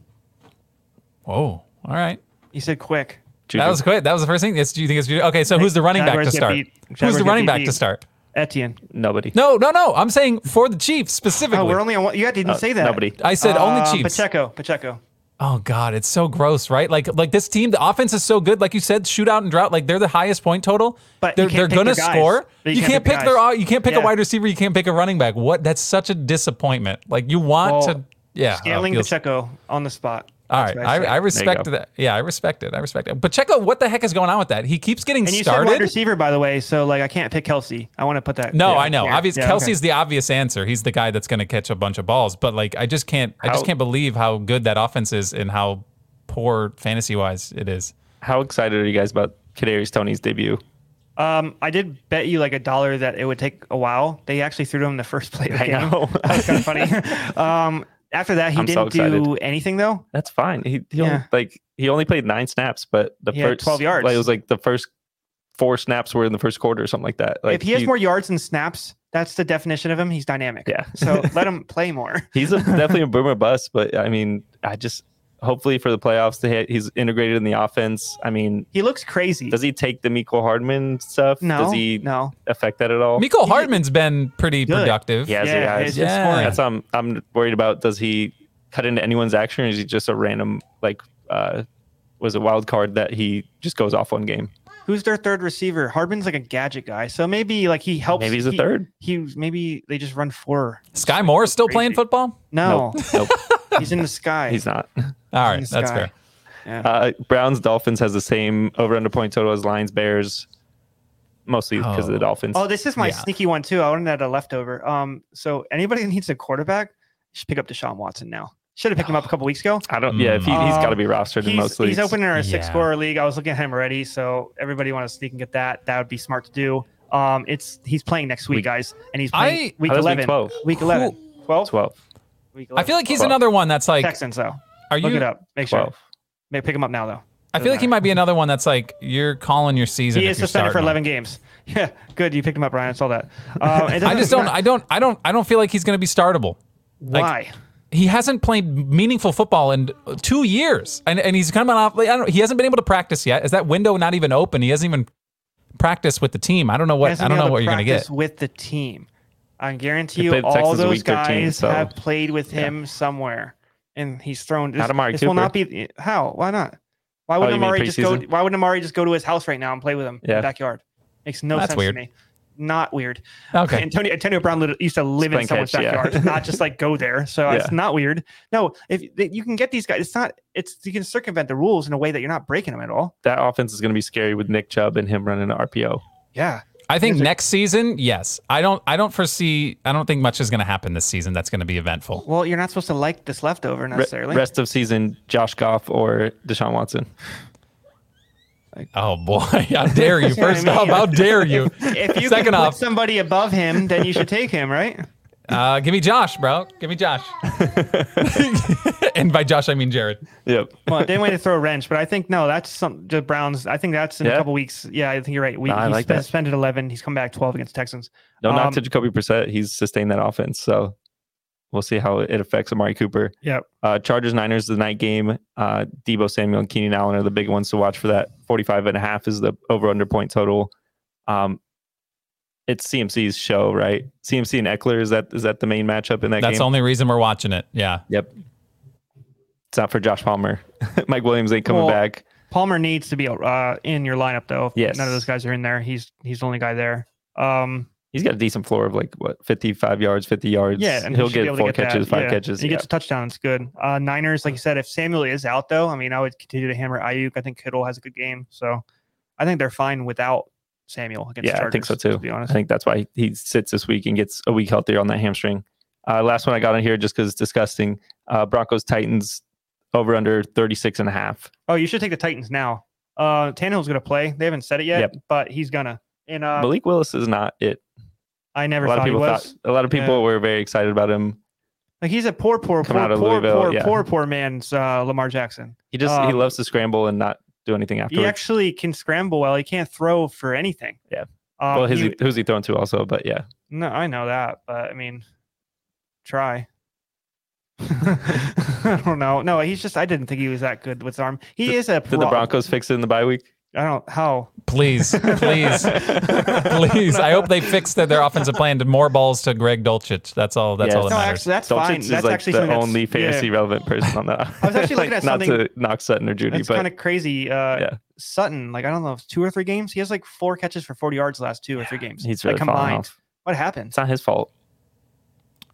Speaker 2: Oh, all right.
Speaker 1: he said quick.
Speaker 2: That was quick. That was the first thing. It's, do you think it's okay? So who's the running back
Speaker 1: Jaguars
Speaker 2: to
Speaker 1: get
Speaker 2: start?
Speaker 1: beat.
Speaker 2: Who's
Speaker 1: Jaguars
Speaker 2: the
Speaker 1: get
Speaker 2: running
Speaker 1: beat
Speaker 2: back
Speaker 1: deep.
Speaker 2: to start?
Speaker 1: Etienne.
Speaker 3: nobody.
Speaker 2: No, no, no. I'm saying for the Chiefs specifically.
Speaker 1: Oh, we're only on one. You didn't
Speaker 3: Uh,
Speaker 1: say that.
Speaker 3: Nobody.
Speaker 2: I said
Speaker 1: Um,
Speaker 2: only Chiefs.
Speaker 1: Pacheco. Pacheco.
Speaker 2: Oh God, it's so gross, right? Like like this team, the offense is so good. Like you said, shootout and drought. Like they're the highest point total.
Speaker 1: But
Speaker 2: they're
Speaker 1: you can't
Speaker 2: they're
Speaker 1: pick
Speaker 2: gonna
Speaker 1: the guys.
Speaker 2: score.
Speaker 1: But
Speaker 2: you, can't, pick
Speaker 1: the
Speaker 2: their.
Speaker 1: guys.
Speaker 2: You can't pick a
Speaker 1: Yeah.
Speaker 2: wide receiver. You can't pick a running back. What? That's such a disappointment. Like you want
Speaker 1: Well,
Speaker 2: to. Yeah. oh,
Speaker 1: Scantling.
Speaker 2: feels-
Speaker 1: Pacheco on the spot.
Speaker 2: All
Speaker 1: That's
Speaker 2: right,
Speaker 1: what
Speaker 2: I,
Speaker 1: said.
Speaker 2: I respect
Speaker 3: go.
Speaker 2: that. Yeah, I respect it. I respect it. Pacheco, what the heck is going on with that? He keeps getting
Speaker 1: and you said wide
Speaker 2: started.
Speaker 1: receiver, by the way. So like, I can't pick Kelsey. I want to put that.
Speaker 2: No,
Speaker 1: yeah,
Speaker 2: I know.
Speaker 1: there.
Speaker 2: Obvious.
Speaker 1: Yeah, okay.
Speaker 2: Kelsey's the obvious answer. He's the guy that's going to catch a bunch of balls. But like, I just can't. I just
Speaker 3: How-
Speaker 2: can't believe how good that offense is and how poor fantasy wise it is.
Speaker 3: How excited are you guys about Kadarius Tony's debut?
Speaker 1: Um, I did bet you like a dollar that it would take a while. They actually threw to him in the first play of the
Speaker 3: I
Speaker 1: game. [laughs]
Speaker 3: know.
Speaker 1: That was kind of funny. um, after that, he
Speaker 3: I'm so
Speaker 1: didn't do anything though.
Speaker 3: That's fine. He, he
Speaker 1: Yeah.
Speaker 3: only, like he only played nine snaps, but the
Speaker 1: He had
Speaker 3: first
Speaker 1: 12 yards.
Speaker 3: Like, it was like the first four snaps were in the first quarter or something like that. Like
Speaker 1: if he has more yards and snaps, that's the definition of him. He's dynamic.
Speaker 3: Yeah. [laughs]
Speaker 1: So let him play more.
Speaker 3: he's a, definitely a boomer bust. But I mean, I just hopefully for the playoffs, they, he's integrated in the offense. I mean,
Speaker 1: He looks crazy.
Speaker 3: does he take the Miko Hardman stuff?
Speaker 1: no.
Speaker 3: Does he
Speaker 1: no.
Speaker 3: affect that at all?
Speaker 2: Miko Hardman's been pretty
Speaker 1: Good.
Speaker 2: productive.
Speaker 3: Yeah,
Speaker 1: Yeah,
Speaker 3: yeah,
Speaker 1: it's
Speaker 3: yeah.
Speaker 1: just scoring.
Speaker 3: That's what I'm, I'm worried about. Does he cut into anyone's action, or is he just a random like uh, was a wild card that he just goes off one game?
Speaker 1: Who's their third receiver? Hardman's like a gadget guy, so maybe like he helps.
Speaker 3: Maybe he's a
Speaker 1: he-
Speaker 3: third.
Speaker 1: He maybe they just run four.
Speaker 2: Sky Moore's still
Speaker 1: Crazy.
Speaker 2: playing football.
Speaker 1: No,
Speaker 3: Nope,
Speaker 1: [laughs] he's in the sky. [laughs]
Speaker 3: he's not.
Speaker 2: All right,
Speaker 1: He's
Speaker 2: that's
Speaker 1: Sky.
Speaker 2: fair.
Speaker 1: Yeah.
Speaker 3: Uh, Browns Dolphins has the same over under point total as Lions Bears, mostly because of
Speaker 2: Oh.
Speaker 3: the Dolphins.
Speaker 1: Oh, this is my
Speaker 2: Yeah.
Speaker 1: sneaky one too. I wanted to add a leftover. Um, so anybody that needs a quarterback should pick up Deshaun Watson now. Should have picked him up a couple weeks ago.
Speaker 3: I don't. Yeah, if he,
Speaker 1: Mm.
Speaker 3: he's got to be
Speaker 1: Um,
Speaker 3: rostered in
Speaker 1: He's,
Speaker 3: most leagues.
Speaker 1: he's open in our
Speaker 2: Yeah.
Speaker 1: six scorer league. I was looking at him already, so everybody want to sneak and get that. That would be smart to do. Um, it's he's playing next week,
Speaker 3: Week-
Speaker 1: guys, and he's playing
Speaker 2: I-
Speaker 1: week
Speaker 3: Oh, that's week
Speaker 1: eleven.
Speaker 3: 12.
Speaker 1: Week eleven. Twelve.
Speaker 3: 12.
Speaker 1: Week
Speaker 2: I
Speaker 1: 11.
Speaker 2: feel like he's
Speaker 3: Well,
Speaker 2: another one that's like.
Speaker 1: Texans though.
Speaker 2: Are
Speaker 1: Look
Speaker 2: you?
Speaker 1: it up. Make
Speaker 3: 12.
Speaker 1: sure. May pick him up now though.
Speaker 2: I feel like he might be another one that's like you're calling your season.
Speaker 1: He
Speaker 2: if
Speaker 1: is
Speaker 2: you're
Speaker 1: suspended for eleven
Speaker 2: starting him.
Speaker 1: games. [laughs] Yeah, good. You picked him up, Ryan. I saw that.
Speaker 2: [laughs]
Speaker 1: Um, it
Speaker 2: I just
Speaker 1: doesn't-
Speaker 2: don't. I don't. I don't. I don't feel like he's going to be startable. like-
Speaker 1: Why?
Speaker 2: He hasn't played meaningful football in two years, and and he's coming off. I don't, he hasn't been able to practice yet. Is that window not even open? He hasn't even practiced with the team. I don't know what.
Speaker 1: hasn't
Speaker 2: I don't
Speaker 1: been
Speaker 2: know
Speaker 1: able
Speaker 2: what
Speaker 1: to
Speaker 2: you're going to
Speaker 1: practice
Speaker 2: get.
Speaker 1: with the team. I guarantee you,
Speaker 3: played the
Speaker 1: all
Speaker 3: Texans in
Speaker 1: those
Speaker 3: week 13,
Speaker 1: guys
Speaker 3: so-
Speaker 1: have played with him somewhere, and he's thrown. This,
Speaker 3: Not Amari
Speaker 1: this will
Speaker 3: Cooper.
Speaker 1: not be how. Why not? Why
Speaker 3: Oh,
Speaker 1: wouldn't
Speaker 3: you mean
Speaker 1: Amari just go?
Speaker 3: preseason?
Speaker 1: Why wouldn't Amari just go to his house right now and play with him in
Speaker 3: Yeah.
Speaker 1: the backyard? Makes no
Speaker 2: That's
Speaker 1: sense
Speaker 2: weird.
Speaker 1: to me. Not weird.
Speaker 2: Okay.
Speaker 1: Antonio, Antonio Brown lit- used to live in
Speaker 3: Playing
Speaker 1: someone's
Speaker 3: catch, yeah.
Speaker 1: backyard, not just like go there. So it's not weird. No, if th- you can get these guys, it's not. It's you can circumvent the rules in a way that you're not breaking them at all.
Speaker 3: That offense is going to be scary with Nick Chubb and him running an RPO.
Speaker 1: Yeah,
Speaker 2: I think
Speaker 1: Here's a-
Speaker 2: next season, yes. I don't. I don't foresee. I don't think much is going to happen this season. That's going to be eventful.
Speaker 1: Well, you're not supposed to like this leftover
Speaker 3: Re-
Speaker 1: necessarily.
Speaker 3: rest of season, Josh Goff or Deshaun Watson.
Speaker 2: Oh boy! [laughs]
Speaker 1: [laughs]
Speaker 2: How dare you?
Speaker 1: See what I
Speaker 2: First off,
Speaker 1: mean?
Speaker 2: how dare you?
Speaker 1: [laughs]
Speaker 3: [laughs]
Speaker 1: if you
Speaker 2: Second
Speaker 1: can
Speaker 2: off-
Speaker 1: put somebody above him, then you should take him, right?
Speaker 2: Uh, give me Josh, bro. Give
Speaker 1: [laughs]
Speaker 2: me Josh. [laughs] and by Josh, I mean Jared.
Speaker 3: Yep.
Speaker 1: Well, they way to throw a wrench, but I think no, that's some the Browns. I think that's in a
Speaker 3: Yeah.
Speaker 1: couple weeks. Yeah, I think you're right. We,
Speaker 3: Nah, I
Speaker 1: he's
Speaker 3: like
Speaker 1: been
Speaker 3: that.
Speaker 1: suspended 11. He's come back 12 against Texans.
Speaker 3: No,
Speaker 1: Um,
Speaker 3: not to Jacoby Brissett. He's sustained that offense. So we'll see how it affects Amari Cooper.
Speaker 1: Yep.
Speaker 3: Uh, Chargers Niners the night game. Uh, Debo Samuel and Keenan Allen are the big ones to watch for that. 45 and a half is the over under point total. Um, it's CMC's show, right? CMC and Eckler is that is that the main matchup in that
Speaker 2: That's
Speaker 3: game?
Speaker 2: the only reason we're watching it. Yeah.
Speaker 3: yep. It's not for Josh Palmer. [laughs] Mike Williams ain't coming
Speaker 1: Well,
Speaker 3: back.
Speaker 1: Palmer needs to be uh, in your lineup though. If
Speaker 3: Yes.
Speaker 1: None of those guys are in there. He's he's the only guy there. Um,
Speaker 3: He's got a decent floor of like what 55 yards, 50 yards.
Speaker 1: yeah, and he
Speaker 3: he'll
Speaker 1: should be
Speaker 3: get
Speaker 1: able to
Speaker 3: four
Speaker 1: that.
Speaker 3: catches, five
Speaker 1: Yeah.
Speaker 3: catches.
Speaker 1: He
Speaker 3: yeah.
Speaker 1: gets a touchdown. It's good. Uh, Niners, like you said, if Samuel is out though, I mean, I would continue to hammer Ayuk. I think Kittle has a good game, so I think they're fine without Samuel against.
Speaker 3: Yeah, I
Speaker 1: Chargers,
Speaker 3: think so, too.
Speaker 1: To be honest,
Speaker 3: I think that's why he sits this week and gets a week healthier on that hamstring. Uh, last one I got on here just because it's disgusting. Uh, Broncos Titans over under 36 and a half.
Speaker 1: Oh, you should take the Titans now. Uh, Tannehill's gonna play. They haven't said it yet,
Speaker 3: Yep.
Speaker 1: but he's gonna. And uh,
Speaker 3: Malik Willis is not it.
Speaker 1: I
Speaker 3: A
Speaker 1: never
Speaker 3: lot of
Speaker 1: thought he
Speaker 3: people
Speaker 1: was.
Speaker 3: thought a lot of people
Speaker 1: Yeah.
Speaker 3: were very excited about him.
Speaker 1: like he's a poor, poor,
Speaker 3: Coming
Speaker 1: poor,
Speaker 3: out of
Speaker 1: poor,
Speaker 3: Louisville,
Speaker 1: poor,
Speaker 3: yeah.
Speaker 1: poor, poor man's uh, Lamar Jackson.
Speaker 3: He just he
Speaker 1: Um,
Speaker 3: loves to scramble and not do anything afterwards.
Speaker 1: He actually can scramble well. He can't throw for anything.
Speaker 3: Yeah.
Speaker 1: Um,
Speaker 3: well, his,
Speaker 1: he-
Speaker 3: who's he throwing to also? But yeah,
Speaker 1: no, I know that, but I mean, try. [laughs] I don't know. No, he's just. I didn't think he was that good with his arm. He is a.
Speaker 3: did the
Speaker 1: pro-
Speaker 3: Broncos fix it in the bye week?
Speaker 1: I don't how.
Speaker 2: Please,
Speaker 3: [laughs]
Speaker 1: [laughs]
Speaker 2: please, please. I hope they fix that their offensive plan to more balls to Greg Dolchich. That's all. That's
Speaker 3: Yes.
Speaker 2: all that
Speaker 1: No,
Speaker 2: matters.
Speaker 1: actually, that's fine.
Speaker 3: Dolchich is
Speaker 1: That's
Speaker 3: like
Speaker 1: actually
Speaker 3: the
Speaker 1: something that's-
Speaker 3: only
Speaker 1: yeah.
Speaker 3: fantasy relevant person on that.
Speaker 1: [laughs] I was actually looking
Speaker 3: [laughs] Like,
Speaker 1: at
Speaker 3: not
Speaker 1: something-
Speaker 3: to knock Sutton or Judy,
Speaker 1: That's
Speaker 3: but
Speaker 1: kind of crazy. Uh,
Speaker 3: Yeah.
Speaker 1: Sutton, like I don't know, it's two or three games. He has like four catches for 40 yards the last two or three games.
Speaker 3: he's
Speaker 1: like,
Speaker 3: really falling off.
Speaker 1: What happened?
Speaker 3: It's not his fault.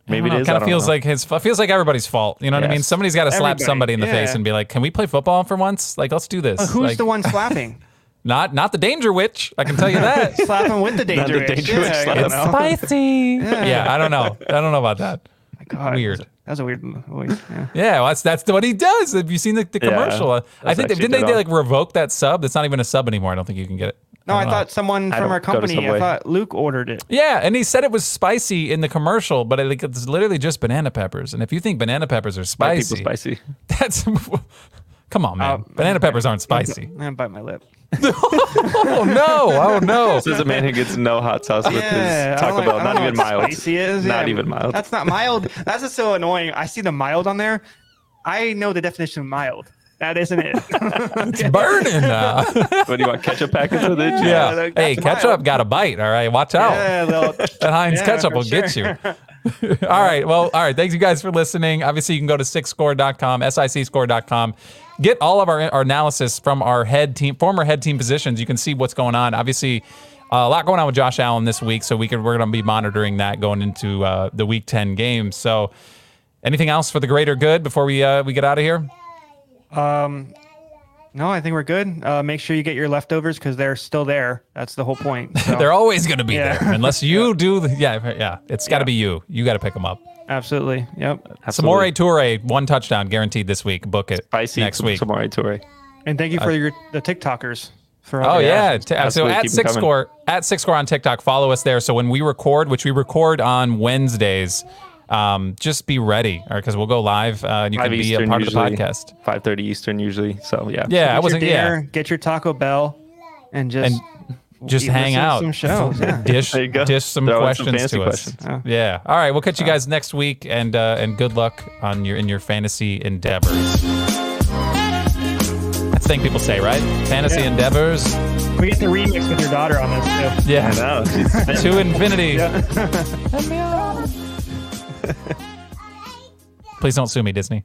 Speaker 3: Maybe it is. I
Speaker 2: Kind of
Speaker 3: don't
Speaker 2: feels
Speaker 3: know.
Speaker 2: like his. It feels like everybody's fault. You know what I mean?
Speaker 3: Yes.
Speaker 2: Somebody's got to slap
Speaker 1: Everybody,
Speaker 2: somebody in the face
Speaker 1: yeah.
Speaker 2: and be like, "Can we play football for once? Like, let's do this."
Speaker 1: Uh, who's
Speaker 2: Like,
Speaker 1: the one
Speaker 2: [laughs]
Speaker 1: slapping?
Speaker 2: Not, not the danger witch. I can tell
Speaker 1: [laughs]
Speaker 2: you that.
Speaker 1: Slap him
Speaker 2: [laughs]
Speaker 1: with the
Speaker 3: Not the
Speaker 1: danger. itch.
Speaker 3: danger itch
Speaker 1: Yeah,
Speaker 3: slap.
Speaker 1: you
Speaker 3: It's
Speaker 1: know.
Speaker 2: Spicy. yeah, I don't know. I don't know about that.
Speaker 1: Oh My God,
Speaker 2: Weird.
Speaker 1: That was a weird voice. Yeah.
Speaker 2: Yeah, well, that's that's what he does. Have you seen the, the
Speaker 3: Yeah,
Speaker 2: commercial? Uh, I
Speaker 3: that's
Speaker 2: think they,
Speaker 3: actually
Speaker 2: didn't they,
Speaker 3: dead
Speaker 2: they
Speaker 3: on.
Speaker 2: like revoke that sub? That's not even a sub anymore. I don't think you can get it.
Speaker 1: No, I
Speaker 2: don't know.
Speaker 1: thought someone
Speaker 3: I
Speaker 1: from
Speaker 3: don't
Speaker 1: our
Speaker 3: go to
Speaker 1: company. I
Speaker 3: Subway.
Speaker 1: thought Luke ordered it.
Speaker 2: Yeah, and he said it was spicy in the commercial, but I think it's literally just banana peppers. And if you think banana peppers are
Speaker 3: White
Speaker 2: spicy,
Speaker 3: people spicy.
Speaker 2: [laughs] that's come on, man.
Speaker 1: Oh,
Speaker 2: banana
Speaker 1: [laughs]
Speaker 2: peppers aren't spicy.
Speaker 1: I'm gonna Eh, bite my lip.
Speaker 2: oh no! Oh no!
Speaker 1: [laughs]
Speaker 3: This is a man who gets no hot sauce with
Speaker 1: Yeah,
Speaker 3: his
Speaker 1: I
Speaker 3: Taco
Speaker 1: don't like-
Speaker 3: Bell.
Speaker 1: I don't
Speaker 3: Not
Speaker 1: know
Speaker 3: even
Speaker 1: what
Speaker 3: mild.
Speaker 1: spicy is.
Speaker 3: Not
Speaker 1: Yeah,
Speaker 3: even mild.
Speaker 1: That's not mild. That's just so annoying. I see the mild on there. I know the definition of mild. That isn't it.
Speaker 2: It's burning.
Speaker 1: [laughs]
Speaker 2: uh.
Speaker 3: What do you want? Ketchup packets with
Speaker 2: [laughs]
Speaker 3: it?
Speaker 2: yeah.
Speaker 1: like,
Speaker 2: hey,
Speaker 1: that's
Speaker 2: ketchup
Speaker 1: mild.
Speaker 2: got a bite. All right, watch out.
Speaker 1: Yeah, well,
Speaker 2: That Heinz
Speaker 1: Yeah,
Speaker 2: ketchup
Speaker 1: for
Speaker 2: will
Speaker 1: [laughs]
Speaker 2: get you. [laughs] all right. Well, all right. Thanks you guys for listening. Obviously, you can go to sixscore.com, sicscore.com. Get all of our, our analysis from our head team, former head team positions. You can see what's going on. Obviously, uh, a lot going on with Josh Allen this week, so we could we're going to be monitoring that going into uh, the Week Ten game. So, anything else for the greater good before we uh, we get out of here?
Speaker 1: Um, no, I think we're good. Uh, make sure you get your leftovers because they're still there. That's the whole point. So,
Speaker 2: [laughs] They're always going to be
Speaker 1: Yeah. [laughs]
Speaker 2: there unless you do. The, yeah, yeah. It's got to
Speaker 1: Yeah.
Speaker 2: be you. You got to pick them up.
Speaker 1: absolutely. Yep.
Speaker 2: Samore Toure, one touchdown guaranteed this week. Book it
Speaker 3: Spicy
Speaker 2: next week.
Speaker 3: Samari Toure.
Speaker 1: And thank you for your the TikTokers. For
Speaker 2: Oh
Speaker 1: other-
Speaker 2: yeah. T- So
Speaker 3: Absolutely,
Speaker 2: at
Speaker 3: keep 'em
Speaker 2: six
Speaker 3: coming.
Speaker 2: score at six score on TikTok, follow us there. So when we record, which we record on Wednesdays, um, just be ready, or because we'll go live uh, and you can
Speaker 3: Five
Speaker 2: be a
Speaker 3: Eastern
Speaker 2: part
Speaker 3: usually.
Speaker 2: of the podcast.
Speaker 3: Five thirty Eastern usually. So yeah.
Speaker 2: Yeah, I
Speaker 1: Get your
Speaker 2: wasn't.
Speaker 1: dinner,
Speaker 2: Yeah,
Speaker 1: get your Taco Bell, and just
Speaker 2: just
Speaker 1: you
Speaker 2: hang
Speaker 1: listen to
Speaker 2: out.
Speaker 1: some shows, yeah.
Speaker 2: [laughs] Dish
Speaker 3: There you go.
Speaker 2: dish some
Speaker 3: Throw in some
Speaker 2: questions
Speaker 3: fantasy
Speaker 2: to us.
Speaker 3: questions.
Speaker 1: Yeah. Uh.
Speaker 2: Yeah. All right. We'll catch you guys next week, and uh, and good luck on your in your fantasy endeavors. That's the thing people say, right? Fantasy
Speaker 1: Yeah.
Speaker 2: endeavors.
Speaker 1: we get the remix with your daughter on this too.
Speaker 2: Yeah.
Speaker 3: I know.
Speaker 2: to infinity. Please don't sue me, Disney.